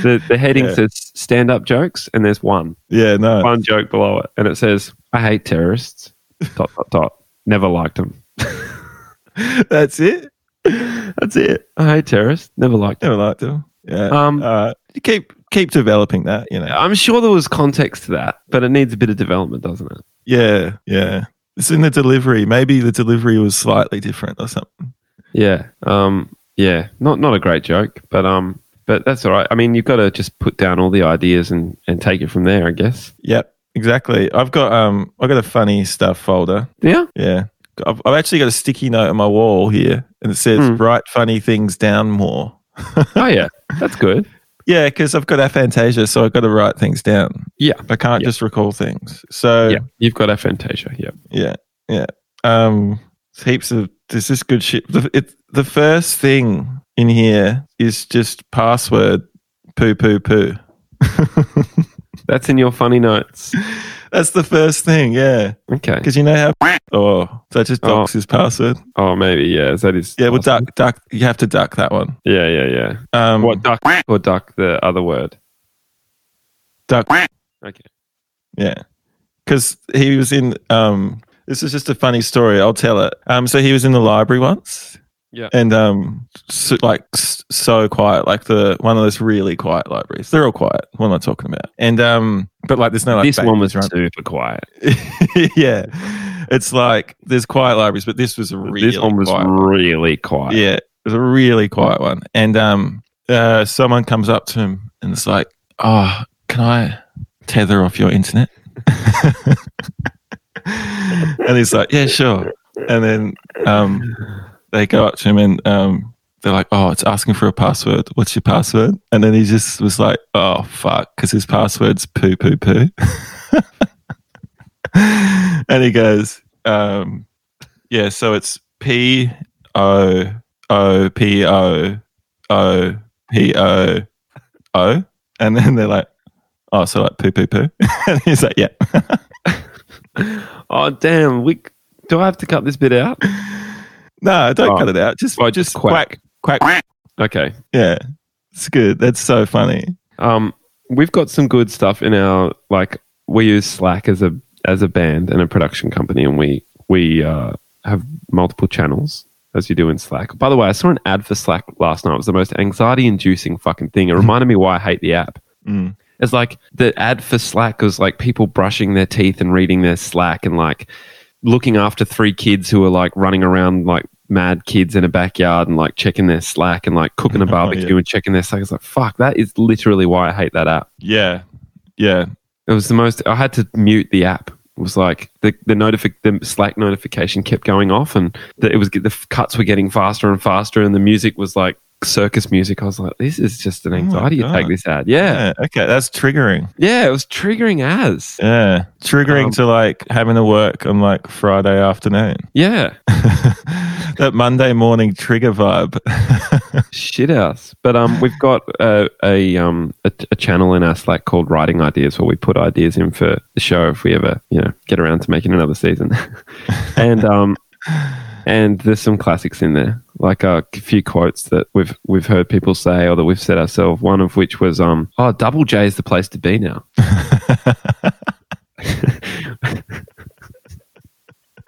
A: The the heading
C: Yeah.
A: says stand up jokes, and there's one.
C: Yeah, no.
A: one joke below it, and it says, "I hate terrorists." dot dot dot. Never liked them.
C: [laughs] That's it.
A: That's it. I hate terrorists. Never liked them.
C: Never liked them. Yeah. Uh,
A: Um,
C: All right. You keep keep developing that, you know.
A: I'm sure there was context to that, but it needs a bit of development, doesn't it?
C: Yeah, yeah. It's in the delivery. Maybe the delivery was slightly different or something.
A: Yeah. Um. Yeah. Not not a great joke, but um. But that's all right. I mean, you've got to just put down all the ideas and and take it from there, I guess.
C: Yep, exactly. I've got um I've got a funny stuff folder.
A: Yeah.
C: Yeah. I've, I've actually got a sticky note on my wall here and it says
A: Hmm.
C: write funny things down more.
A: Oh yeah. That's
C: [laughs]
A: good.
C: Yeah, because I've got aphantasia, so I've got to write things down.
A: Yeah.
C: I can't
A: Yeah.
C: just recall things. So
A: Yeah. You've got aphantasia. Yeah.
C: Yeah, yeah. Um, it's heaps of there's this good shit. The, it, the first thing in here is just password poo poo poo.
A: That's in your funny notes.
C: That's the first thing, yeah.
A: Okay.
C: Because you know how. [laughs] Oh, so I just dox his password.
A: Oh, maybe. Yeah. That is.
C: Yeah, well, duck, duck. You have to duck that one.
A: Yeah. Yeah. Yeah.
C: Um,
A: What duck or duck? The other word.
C: duck?
A: Okay.
C: Yeah. Because he was in. Um, this is just a funny story. I'll tell it. Um, so he was in the library once.
A: Yeah.
C: And um, so, like s- so quiet, like the one of those really quiet libraries. They're all quiet. What am I talking about? And um, but like there's no like
A: this one was
C: background-
A: super quiet.
C: [laughs] yeah. It's like there's quiet libraries, but this was a really
A: this one was
C: quiet
A: really quiet.
C: yeah, it was a really quiet one. And um, uh, someone comes up to him and it's like, "Oh, can I tether off your internet?" [laughs] and he's like, "Yeah, sure." And then um, they go up to him and um, they're like, "Oh, it's asking for a password. What's your password?" And then he just was like, "Oh, fuck," because his password's poo poo poo. [laughs] and he goes, um, "Yeah, uh, so it's P O O P O O uh, P O O, and then they're like, oh, so like poo poo poo, [laughs] and he's like, yeah.
A: Oh damn! We do I have to cut this bit out?
C: No, don't
A: Oh.
C: cut it out. Just
A: Oh,
C: just
A: just
C: quack.
A: quack.
C: quack
A: Okay.
C: Yeah, it's good. That's so funny.
A: Um, we've got some good stuff in our like. We use Slack as a as a band and a production company, and we we uh, have multiple channels as you do in Slack. By the way, I saw an ad for Slack last night. It was the most anxiety inducing fucking thing.
C: [laughs]
A: It reminded me why I hate the app.
C: Mm.
A: It's like the ad for Slack was like people brushing their teeth and reading their Slack and like looking after three kids who are like running around like mad kids in a backyard and like checking their Slack and like cooking a
C: [laughs] Oh, yeah.
A: barbecue and checking their Slack. It's like, fuck, that is literally why I hate that app.
C: Yeah, yeah.
A: It was the most, I had to mute the app. It was like the the, notifi- the Slack notification kept going off and the, it was get- the f- cuts were getting faster and faster and the music was like circus music. I was like, this is just an anxiety attack,
C: Oh God.
A: this ad. yeah.
C: Yeah, okay, that's triggering.
A: Yeah, it was triggering as.
C: Yeah, triggering
A: Um,
C: to like having to work on like Friday afternoon. [laughs]
A: Yeah,
C: that Monday morning trigger vibe. [laughs]
A: shit house. But um, we've got a a um a, a channel in our Slack called Writing Ideas, where we put ideas in for the show if we ever you know get around to making another season. [laughs] and um, and there's some classics in there, like uh, a few quotes that we've we've heard people say or that we've said ourselves. One of which was um, oh, Double J is the place to be now.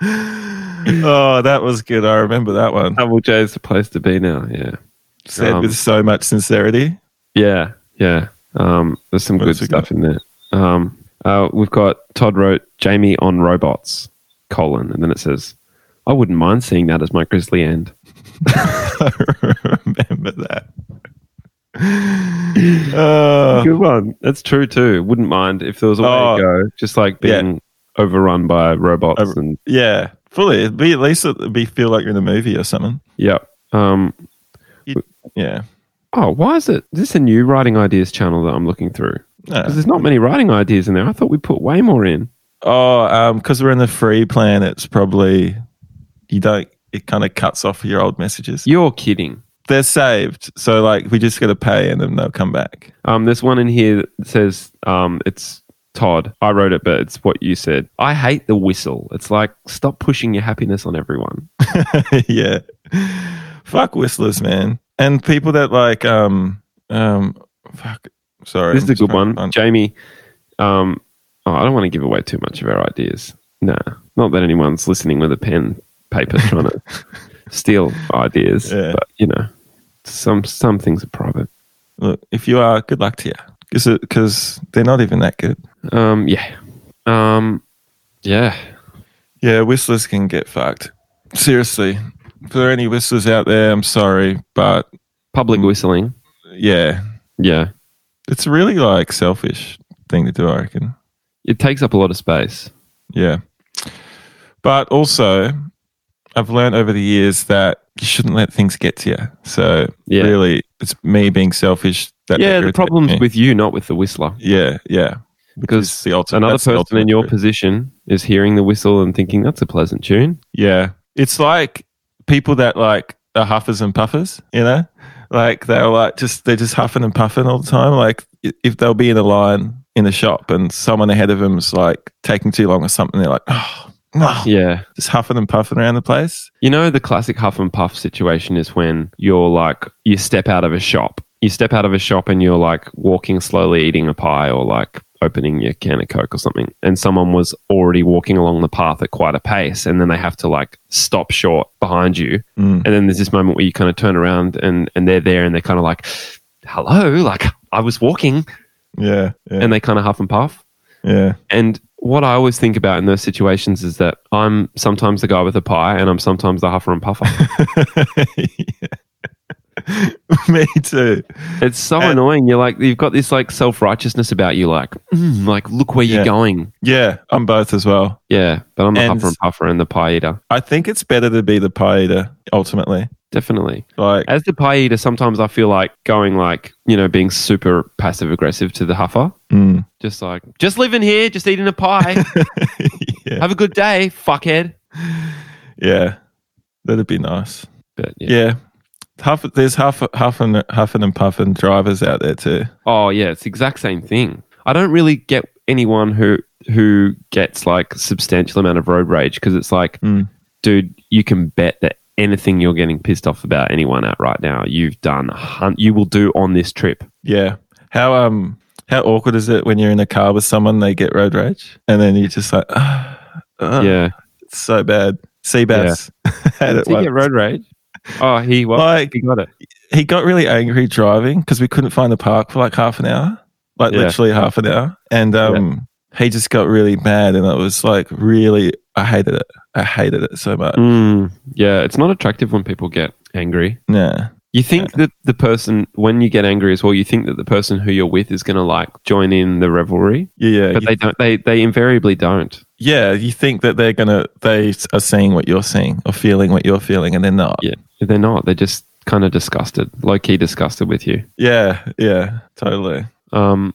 C: oh, that was good. I remember that one.
A: Double J is the place to be now. Yeah,
C: Said
A: Um,
C: with so much sincerity.
A: Yeah, yeah. Um, there's some
C: What
A: good
C: else we
A: stuff in there. Um, uh, we've got Todd wrote Jamie on robots, colon, and then it says, "I wouldn't mind seeing that as my grisly end."
C: I [laughs] remember that. Oh,
A: Good one. That's true too. Wouldn't mind if there was a way
C: Oh.
A: to go, just like
C: Yeah.
A: being overrun by robots
C: Over-
A: and
C: yeah, fully. It'd be, at least it'd be feel like you're in a movie or something.
A: yeah. Um,
C: Yeah.
A: oh, why is it? Is this a new writing ideas channel that I'm looking through?
C: No.
A: Because there's not many writing ideas in there. I thought we put way more in.
C: Oh, because we're in the free plan, it's probably you don't. It kind of cuts off your old messages.
A: You're kidding.
C: They're saved, so like we just got to pay, and then they'll come back. [laughs]
A: Um, there's one in here that says um, it's Todd. I wrote it, but it's what you said. I hate the whistle. It's like stop pushing your happiness on everyone.
C: yeah, fuck whistlers, man, and people that like um um fuck. Sorry,
A: This is
C: I'm
A: a good
C: trying to
A: one,
C: find-
A: Jamie. Um, oh, I don't want to give away too much of our ideas. No, not that anyone's listening with a pen, paper, trying to steal ideas.
C: Yeah.
A: But you know, some some things are private.
C: Look, if you are, good luck to you, because they're not even that good.
A: Um, yeah, um, yeah.
C: Yeah, whistlers can get fucked. Seriously, if there are any whistlers out there, I'm sorry, but
A: Public whistling.
C: yeah,
A: Yeah,
C: It's really like selfish thing to do, I reckon.
A: it takes up a lot of space.
C: Yeah. But also, I've learned over the years that you shouldn't let things get to you. So
A: Yeah.
C: really, it's me being selfish. That
A: Yeah, the
C: irritates
A: problem's
C: me.
A: with you, not with the whistler.
C: yeah, yeah,
A: because
C: the ultimate-
A: another
C: that's the
A: person in
C: ultimate
A: your
C: truth.
A: position is hearing the whistle and thinking that's a pleasant tune.
C: yeah. It's like people that like are huffers and puffers. You know, like they're like just they're just huffing and puffing all the time. Like i- if they'll be in a line in a shop and someone ahead of them's like taking too long or something, they're like, oh, no,
A: Yeah.
C: just huffing and puffing around the place.
A: You know the classic huff and puff situation is when you're like you step out of a shop. You step out of a shop and you're like walking slowly eating a pie or like opening your can of coke or something and someone was already walking along the path at quite a pace and then they have to like stop short behind you and
C: Mm.
A: then there's this moment where you kind of turn around and and they're there and they're kind of like hello like i was walking
C: Yeah, yeah,
A: and they kind of huff and puff
C: yeah, [laughs]
A: And what I always think about in those situations is that I'm sometimes the guy with the pie and I'm sometimes the huffer and
C: [laughs]
A: puffer.
C: Me too.
A: it's so annoying. You're like, you've got this like self righteousness about you, like, "Mm, like, look where
C: Yeah.
A: you're going.
C: Yeah, I'm both as well.
A: Yeah. But I'm the
C: And-
A: huffer and puffer and the pie eater.
C: I think it's better to be the pie eater ultimately.
A: Definitely.
C: Like,
A: As the pie eater, sometimes I feel like going like, you know, being super passive aggressive to the huffer.
C: mm.
A: Just like, just living here, just eating a pie.
C: [laughs] yeah,
A: Have a good day, fuckhead.
C: yeah, that'd be nice.
A: But yeah.
C: Yeah, Huff, there's huff, huffing, huffing and puffing drivers out there too.
A: Oh yeah, it's the exact same thing. I don't really get anyone who who gets like substantial amount of road rage because it's like,
C: Hmm.
A: dude, you can bet that anything you're getting pissed off about anyone at right now, you've done hunt. You will do on this trip.
C: Yeah. How um how awkward is it when you're in a car with someone they get road rage and then you're just like, ah, ah,
A: yeah,
C: it's so bad. Seabass [laughs] had it
A: Did he
C: once.
A: get road rage? Oh, he what?
C: Like-
A: he got it.
C: he got really angry driving because we couldn't find the park for like half an hour, like
A: Yeah.
C: literally half an hour, and um he just got really mad and it was like really I hated it. I hated it so much.
A: Mm, yeah, it's not attractive when people get angry.
C: Yeah.
A: You think that the person when you get angry as well, you think that the person who you're with is going to like join in the revelry,
C: Yeah,
A: but
C: you,
A: they don't. They they invariably don't.
C: yeah. You think that they're gonna, they are seeing what you're seeing or feeling what you're feeling, and they're not.
A: Yeah, they're not. They're just kind of disgusted, low key disgusted with you.
C: yeah, yeah totally.
A: Um,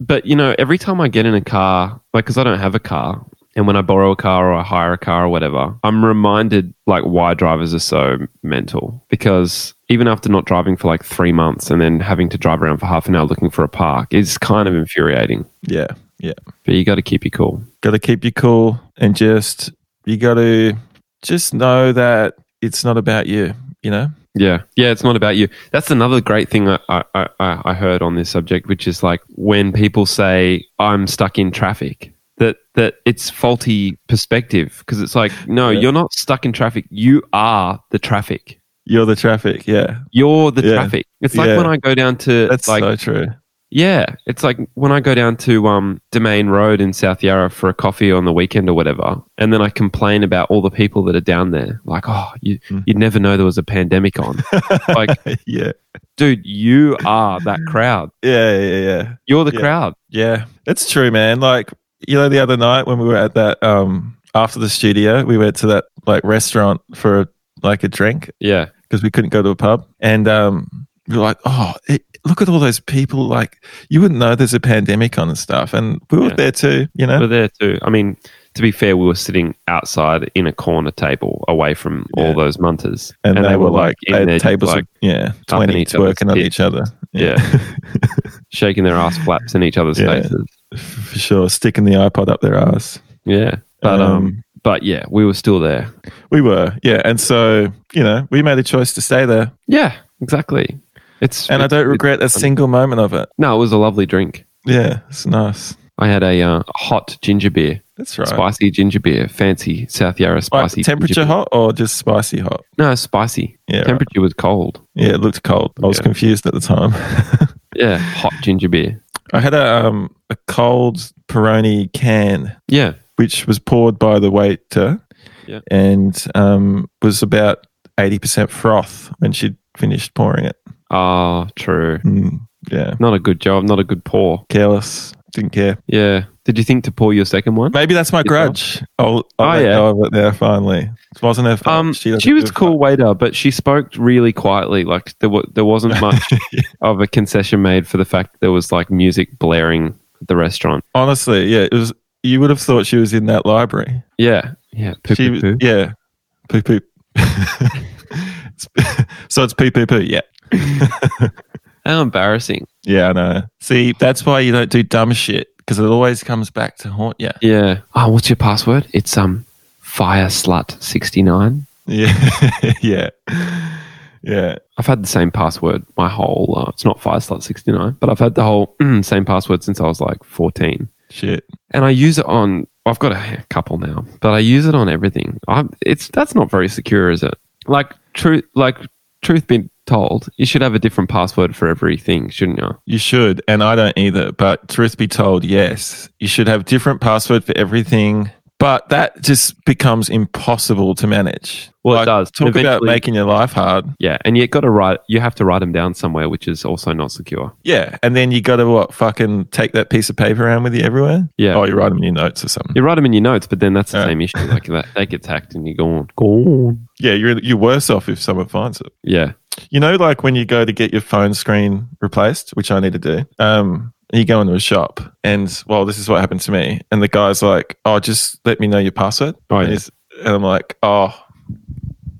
A: but you know, every time I get in a car, like because I don't have a car, and when I borrow a car or I hire a car or whatever, I'm reminded like why drivers are so mental. Because even after not driving for like three months and then having to drive around for half an hour looking for a park is kind of infuriating.
C: Yeah, yeah.
A: But you got to keep you cool.
C: got to keep you cool and just you got to just know that it's not about you you know
A: Yeah, yeah, it's not about you. That's another great thing I, I, I, I heard on this subject, which is like when people say I'm stuck in traffic, that that it's faulty perspective because it's like no,
C: Yeah.
A: you're not stuck in traffic. You are the traffic.
C: you're the traffic yeah
A: You're the
C: Yeah.
A: traffic. It's like
C: Yeah.
A: when I go down to
C: that's
A: like
C: so true [laughs]
A: yeah, it's like when I go down to um, Domain Road in South Yarra for a coffee on the weekend or whatever, and then I complain about all the people that are down there. Like, oh, you,
C: Mm.
A: you'd never know there was a pandemic
C: [laughs]
A: on. like,
C: yeah
A: dude, you are
C: [coughs]
A: that crowd.
C: yeah yeah yeah
A: You're the
C: Yeah.
A: crowd.
C: yeah it's true man like you know the other night when we were at that um after the studio we went to that like restaurant for like a drink
A: Yeah.
C: because we couldn't go to a pub. And um, we were like, oh, it, look at all those people. Like, you wouldn't know there's a pandemic on and stuff. And we were
A: Yeah.
C: there too, you know?
A: We're there too. I mean, to be fair, we were sitting outside in a corner table away from
C: Yeah.
A: all those munters.
C: and, they, were like,
A: in
C: they had
A: there just,
C: tables, of-
A: like,
C: yeah,
A: up in
C: 20
A: each
C: working on
A: other's
C: each other.
A: yeah, [laughs] shaking their ass flaps in each other's
C: Yeah.
A: faces.
C: [laughs] For sure. Sticking the iPod up their ass.
A: Yeah. But, um,
C: Um,
A: but yeah, we were still there.
C: We were, yeah. And so, you know, we made a choice to stay there.
A: Yeah, exactly. It's
C: And I
A: it's-
C: don't regret a single moment of it.
A: No, it was a lovely drink.
C: Yeah, it's nice.
A: I had a uh, hot ginger beer,
C: That's right.
A: spicy ginger beer, fancy South Yarra
C: Like,
A: spicy. ginger
C: temperature
A: beer.
C: hot or just spicy hot?
A: No, spicy.
C: Yeah, right.
A: temperature was cold.
C: Yeah, it looked cold. I was
A: Yeah.
C: confused at the time. [laughs]
A: Yeah, hot ginger beer.
C: I had a um, a cold Peroni can,
A: Yeah,
C: which was poured by the waiter,
A: Yeah.
C: and um, was about eighty percent froth when she'd finished pouring it.
A: Ah, true.
C: Mm, yeah,
A: Not a good job, not a good pour.
C: careless, didn't care.
A: Yeah. Did you think to pour your second one?
C: Maybe that's my
A: Yourself?
C: grudge. I'll, I'll
A: Oh,
C: let
A: yeah.
C: go of it now. Finally, it wasn't her fault.
A: Um, she,
C: let it
A: was
C: go.
A: cool waiter, but she spoke really quietly. Like there, wa- there wasn't much of a concession made for the fact that there was like music blaring at the restaurant.
C: Honestly, yeah, it was. You would have thought she was in that library.
A: Yeah, yeah. Poo,
C: she,
A: poo, poo.
C: yeah, poo poo. [laughs] so it's [laughs] poo poo poo. Yeah.
A: How embarrassing.
C: Yeah, I know. See, that's why you don't do dumb shit because it always comes back to haunt you.
A: Yeah. Oh, what's your password? It's um, fire slut sixty nine.
C: Yeah, [laughs] yeah, yeah.
A: I've had the same password my whole. Uh, it's not fire slut sixty nine, but I've had the whole [clears throat] same password since I was like fourteen.
C: Shit.
A: and I use it on. I've got a couple now, but I use it on everything. I'm, it's that's not very secure, is it? Like truth, like truth be told, you should have a different password for everything, shouldn't you?
C: You should, and I don't either. But truth be told, yes, you should have different password for everything. But that just becomes impossible to manage.
A: Well, it does.
C: Talk about
A: Eventually-
C: making your life hard.
A: Yeah, and you got to write. You have to write them down somewhere, which is also not secure.
C: Yeah, and then you got to what? Fucking take that piece of paper around with you everywhere.
A: Yeah.
C: Oh, you write them in your notes or something.
A: You write them in your notes, but then that's the
C: Yeah.
A: same issue. Like that, they get hacked, and you're gone. Gone.
C: Yeah, you're you're worse off if someone finds it.
A: Yeah,
C: You know, like when you go to get your phone screen replaced, which I need to do. Um, you go into a shop, and well, this is what happened to me. And the guy's like, "Oh, just let me know your password."
A: Oh,
C: and,
A: yeah.
C: he's- and I'm like, "Oh,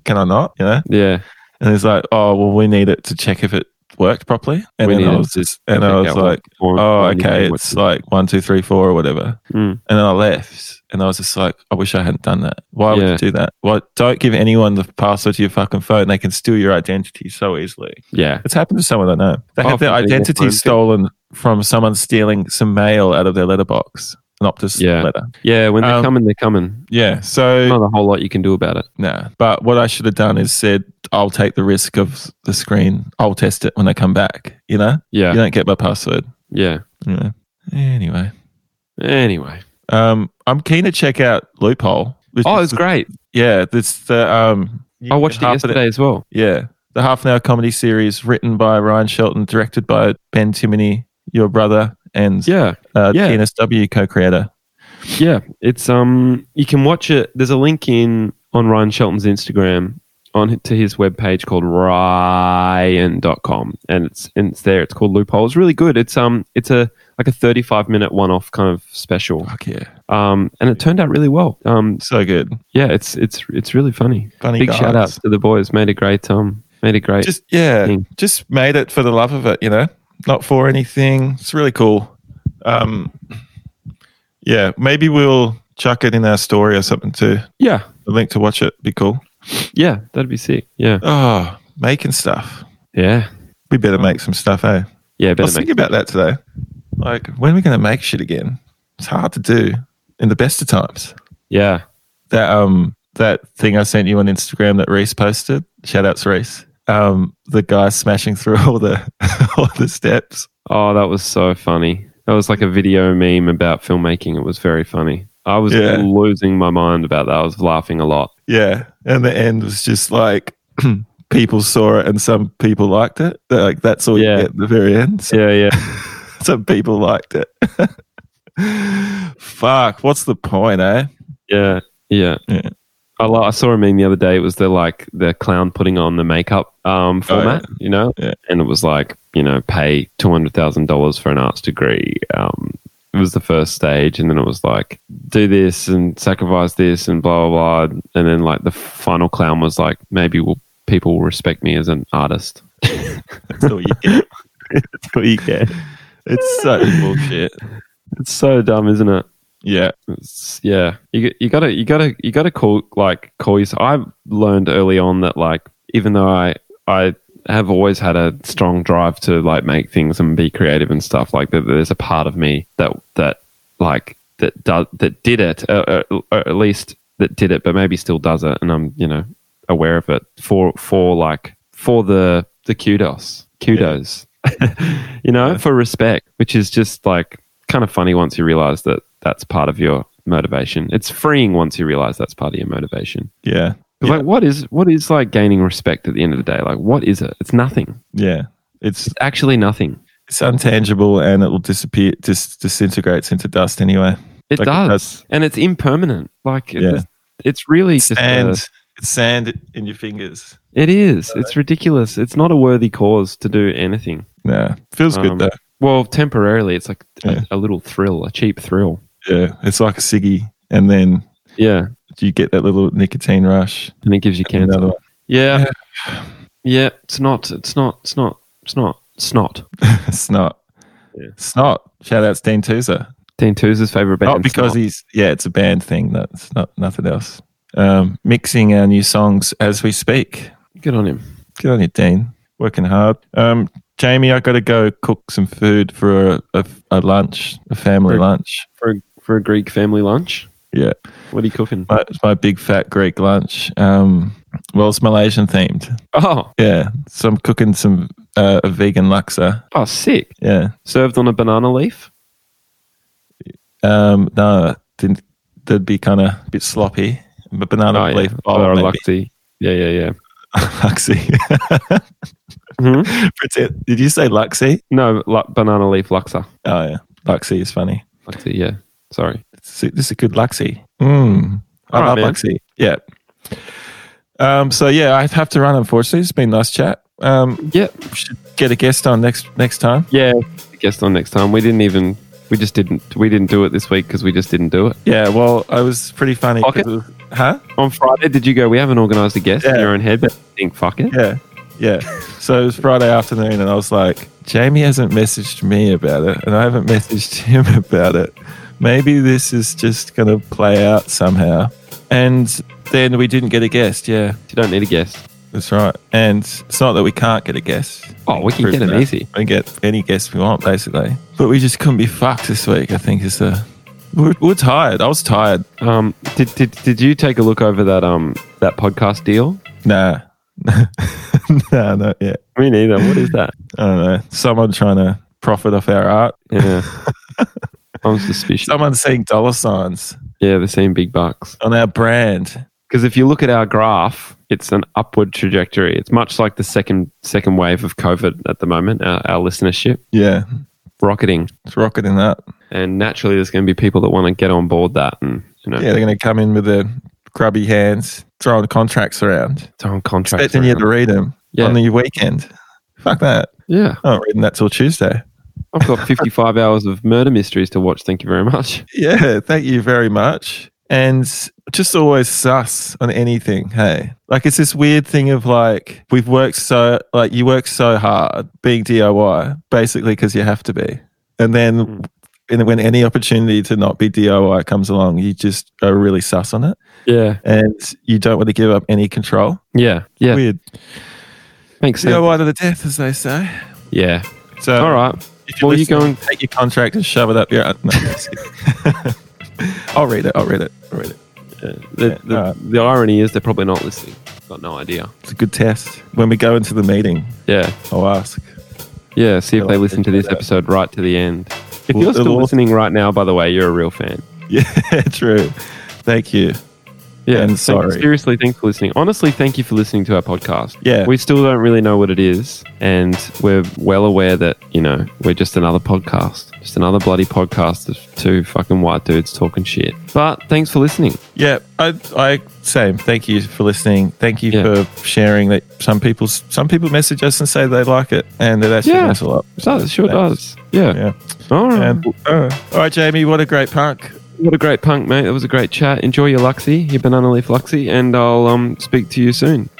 C: can I not?" You know.
A: yeah.
C: And he's like, "Oh, well, we need it to check if it worked properly." And
A: We
C: then
A: need
C: I
A: it
C: was just, and
A: check
C: I was
A: out
C: like,
A: what-
C: "Oh,
A: what-
C: okay,
A: what-
C: it's like one, two, three, four, or whatever."
A: Mm.
C: And then I left, and I was just like, "I wish I hadn't done that. Why would
A: Yeah.
C: you do that? Well, don't give anyone the password to your fucking phone. They can steal your identity so easily."
A: Yeah.
C: It's happened to someone I know. They
A: Oh, from getting
C: had their
A: their phone
C: identity
A: picked.
C: stolen from someone stealing some mail out of their letterbox, an Optus
A: Yeah.
C: letter.
A: Yeah. When they're
C: Um,
A: coming, they're coming.
C: Yeah. So
A: Not a whole lot you can do about it.
C: No. But what I should have done is said, I'll take the risk of the screen. I'll test it when I come back. You know?
A: Yeah.
C: You don't get my password.
A: Yeah.
C: You know? Anyway.
A: Anyway.
C: Um, I'm keen to check out Loophole. which
A: Oh,
C: is
A: it's
C: the-
A: great.
C: Yeah, this the um
A: I watched it
C: half an-
A: yesterday as well.
C: yeah. The half an hour comedy series written by Ryan Shelton, directed by Ben Timoney, your brother, and
A: Yeah.
C: uh,
A: yeah.
C: TNSW co creator.
A: Yeah, it's um you can watch it. There's a link in on Ryan Shelton's Instagram on to his webpage called ryan.com and it's and it's there. It's called Loophole. It's really good. It's um it's a like a 35 minute one off kind of special.
C: Fuck yeah.
A: Um and it turned out really well. Um
C: So good.
A: yeah, it's it's it's really funny.
C: Funny
A: Big
C: guys.
A: shout outs to the boys. Made a great um made a great
C: just yeah,
A: thing.
C: just made it for the love of it, you know, not for anything. It's really cool. Um, yeah, maybe we'll chuck it in our story or something too.
A: Yeah.
C: A link to watch it be cool.
A: Yeah, that'd be sick. Yeah.
C: Oh, making stuff.
A: Yeah.
C: We better make some stuff, eh?
A: Yeah,
C: I
A: better
C: was
A: make
C: thinking about that today. Like, when are we going to make shit again? It's hard to do in the best of times.
A: Yeah.
C: that um that thing I sent you on Instagram that Reese posted. Shout outs Reese. Um, the guy smashing through all the [laughs] all the steps.
A: Oh, that was so funny. That was like a video meme about filmmaking. It was very funny. I was
C: Yeah.
A: losing my mind about that. I was laughing a lot.
C: Yeah, and the end was just like [clears throat] people saw it and some people liked it. They're Like that's all
A: Yeah.
C: you get at the very end. [laughs] So,
A: Yeah, yeah.
C: Some people liked it. [laughs] Fuck, what's the point, eh?
A: Yeah, yeah.
C: Yeah.
A: I, lo- I saw a meme the other day. It was the like the clown putting on the makeup um,
C: Oh, yeah.
A: format, you know,
C: Yeah.
A: and it was like you know pay two hundred thousand dollars for an arts degree. Um, it was the first stage, and then it was like do this and sacrifice this and blah blah blah, and then like the final clown was like maybe will people will respect me as an artist.
C: That's all you
A: [laughs]
C: get.
A: That's what you [laughs] get.
C: It's so bullshit.
A: It's so dumb, isn't it?
C: Yeah.
A: It's, yeah, you you gotta you gotta you gotta call like call yourself. I learned early on that like even though I I have always had a strong drive to like make things and be creative and stuff like that. There's a part of me that that like that does that did it uh, uh, uh, at least that did it, but maybe still does it, and I'm you know aware of it for for like for the the kudos kudos [laughs] you know for respect which is just like kind of funny once you realize that that's part of your motivation it's freeing once you realize that's part of your motivation
C: Yeah.
A: 'Cause, like what is what is like gaining respect at the end of the day like what is it it's nothing
C: Yeah. It's
A: it's actually nothing
C: it's untangible and it will disappear dis- disintegrates into dust anyway
A: it
C: Like,
A: does
C: that's-
A: and it's impermanent like it-
C: Yeah.
A: it's really just
C: sand
A: a-
C: it's sand in your fingers
A: it is it's ridiculous it's not a worthy cause to do anything
C: yeah feels
A: Um,
C: good though
A: Well, temporarily, it's like a,
C: Yeah.
A: a little thrill, a cheap thrill.
C: yeah it's like a ciggy and then
A: Yeah,
C: you get that little nicotine rush
A: and it gives you
C: and
A: cancer.
C: another [laughs]
A: Yeah. yeah, It's not. It's not. It's not. It's not. It's not.
C: one. snot
A: Yeah.
C: snot shout out Dean Toozer
A: Dean Tooze's favorite band.
C: not because
A: Snot.
C: he's yeah it's a band thing that's not nothing else um, mixing our new songs as we speak
A: good on him.
C: Good on you, Dean. Working hard. Um, Jamie, I got to go cook some food for a, a, a lunch, a family
A: Great.
C: lunch.
A: for a, for a Greek family lunch.
C: Yeah,
A: What are you
C: [laughs]
A: cooking?
C: my, it's my big fat Greek lunch. Um, well, it's Malaysian themed.
A: Oh,
C: Yeah, so I'm cooking some uh, a vegan laksa.
A: oh, sick!
C: Yeah.
A: Served on a banana leaf.
C: Um, no, didn't, that'd be kind of a bit sloppy. But banana
A: oh,
C: leaf
A: yeah.
C: bowl,
A: or a
C: maybe.
A: luxy. Yeah, yeah, yeah.
C: [laughs] Luxy. Mm-hmm.
A: Mhm.
C: Pretend- Did you say Luxy?
A: No, lu- banana leaf luxa.
C: Oh yeah, Luxy is funny.
A: Luxy. Yeah. Sorry.
C: this is, this is a good Luxie. Mm. I
A: Hmm. All right,
C: love
A: man.
C: Luxie. Yeah. Um, so yeah, I have to run. Unfortunately, it's been nice chat. Um,
A: Yeah.
C: should get a guest on next next time.
A: Yeah. Guest on next time. We didn't even. We just didn't. We didn't do it this week because we just didn't do it.
C: Yeah. Well, I was pretty funny.
A: Fuck
C: 'cause
A: it.
C: of- Huh?
A: On Friday, did you go? We haven't organised a guest in
C: Yeah.
A: your own head, but you think fuck it.
C: Yeah.
A: [laughs]
C: Yeah. So it was Friday afternoon, and I was like, Jamie hasn't messaged me about it, and I haven't messaged [laughs] him about it. Maybe this is just going to play out somehow. And then we didn't get a guest. Yeah,
A: You don't need a guess.
C: that's right. And it's not that we can't get a guest.
A: Oh, we can
C: Proof
A: get an
C: enough.
A: easy.
C: We can get any guest we want, basically. But we just couldn't be fucked this week, I think, is the. We're, we're tired. I was tired.
A: Um, did, did, did you take a look over that um that podcast deal?
C: Nah. [laughs] nah, not yet.
A: Me neither. What is that?
C: I don't know. Someone trying to profit off our art.
A: Yeah, I'm suspicious.
C: Someone seeing dollar signs
A: Yeah, they're seeing big bucks.
C: on our brand.
A: Because if you look at our graph, it's an upward trajectory. It's much like the second second wave of COVID at the moment. Our, our listenership
C: Yeah.
A: rocketing,
C: It's rocketing up.
A: and naturally, there's going to be people that want to get on board that and you know
C: Yeah, they're going to come in with their grubby hands, throwing contracts around,
A: sign contracts.
C: expecting you
A: around.
C: to read them
A: Yeah.
C: on the weekend. Fuck that.
A: yeah,
C: I'm not reading that till Tuesday.
A: I've got 55 hours of murder mysteries to watch. Thank you very much.
C: Yeah, thank you very much. And just always sus on anything, hey. Like it's this weird thing of like we've worked so like you work so hard being DIY basically because you have to be. And
A: Hmm.
C: then and when any opportunity to not be DIY comes along, you just are really sus on it
A: Yeah,
C: and you don't want to give up any control.
A: yeah, yeah.
C: Weird.
A: Makes sense.
C: DIY to the death as they say.
A: Yeah.
C: So
A: All right.
C: If
A: Well, you
C: you're listening,
A: going-
C: take your contract and shove it up your no, I'm just kidding. [laughs] I'll read it. I'll read it. I'll read it.
A: uh, The, the,
C: all right.
A: the irony is they're probably not listening. Got no idea.
C: It's a good test. When we go into the meeting,
A: Yeah.
C: I'll ask. [laughs]
A: Yeah. See if
C: Yeah,
A: they
C: like,
A: listen to
C: it's
A: this
C: better.
A: episode right to the end. If
C: Well,
A: you're still
C: it'll-
A: listening right now, by the way, you're a real fan.
C: Yeah, true. Thank you.
A: Yeah.
C: And
A: thank-
C: sorry.
A: seriously, thanks for listening. Honestly, thank you for listening to our podcast.
C: Yeah.
A: We still don't really know what it is. And we're well aware that, you know, we're just another podcast, just another bloody podcast of two fucking white dudes talking shit. But thanks for listening.
C: Yeah, I, I same. Thank you for listening. Thank you
A: Yeah.
C: for sharing that. Some people, some people message us and say they like it, and that actually
A: Yeah. Hmm.
C: means a lot.
A: So it sure
C: Thanks.
A: does. Yeah.
C: Yeah.
A: All right.
C: And, uh, all right, Jamie. What a great punk.
A: What a great punk, mate. That was a great chat. Enjoy your Luxie, your banana leaf Luxie, and I'll um, speak to you soon.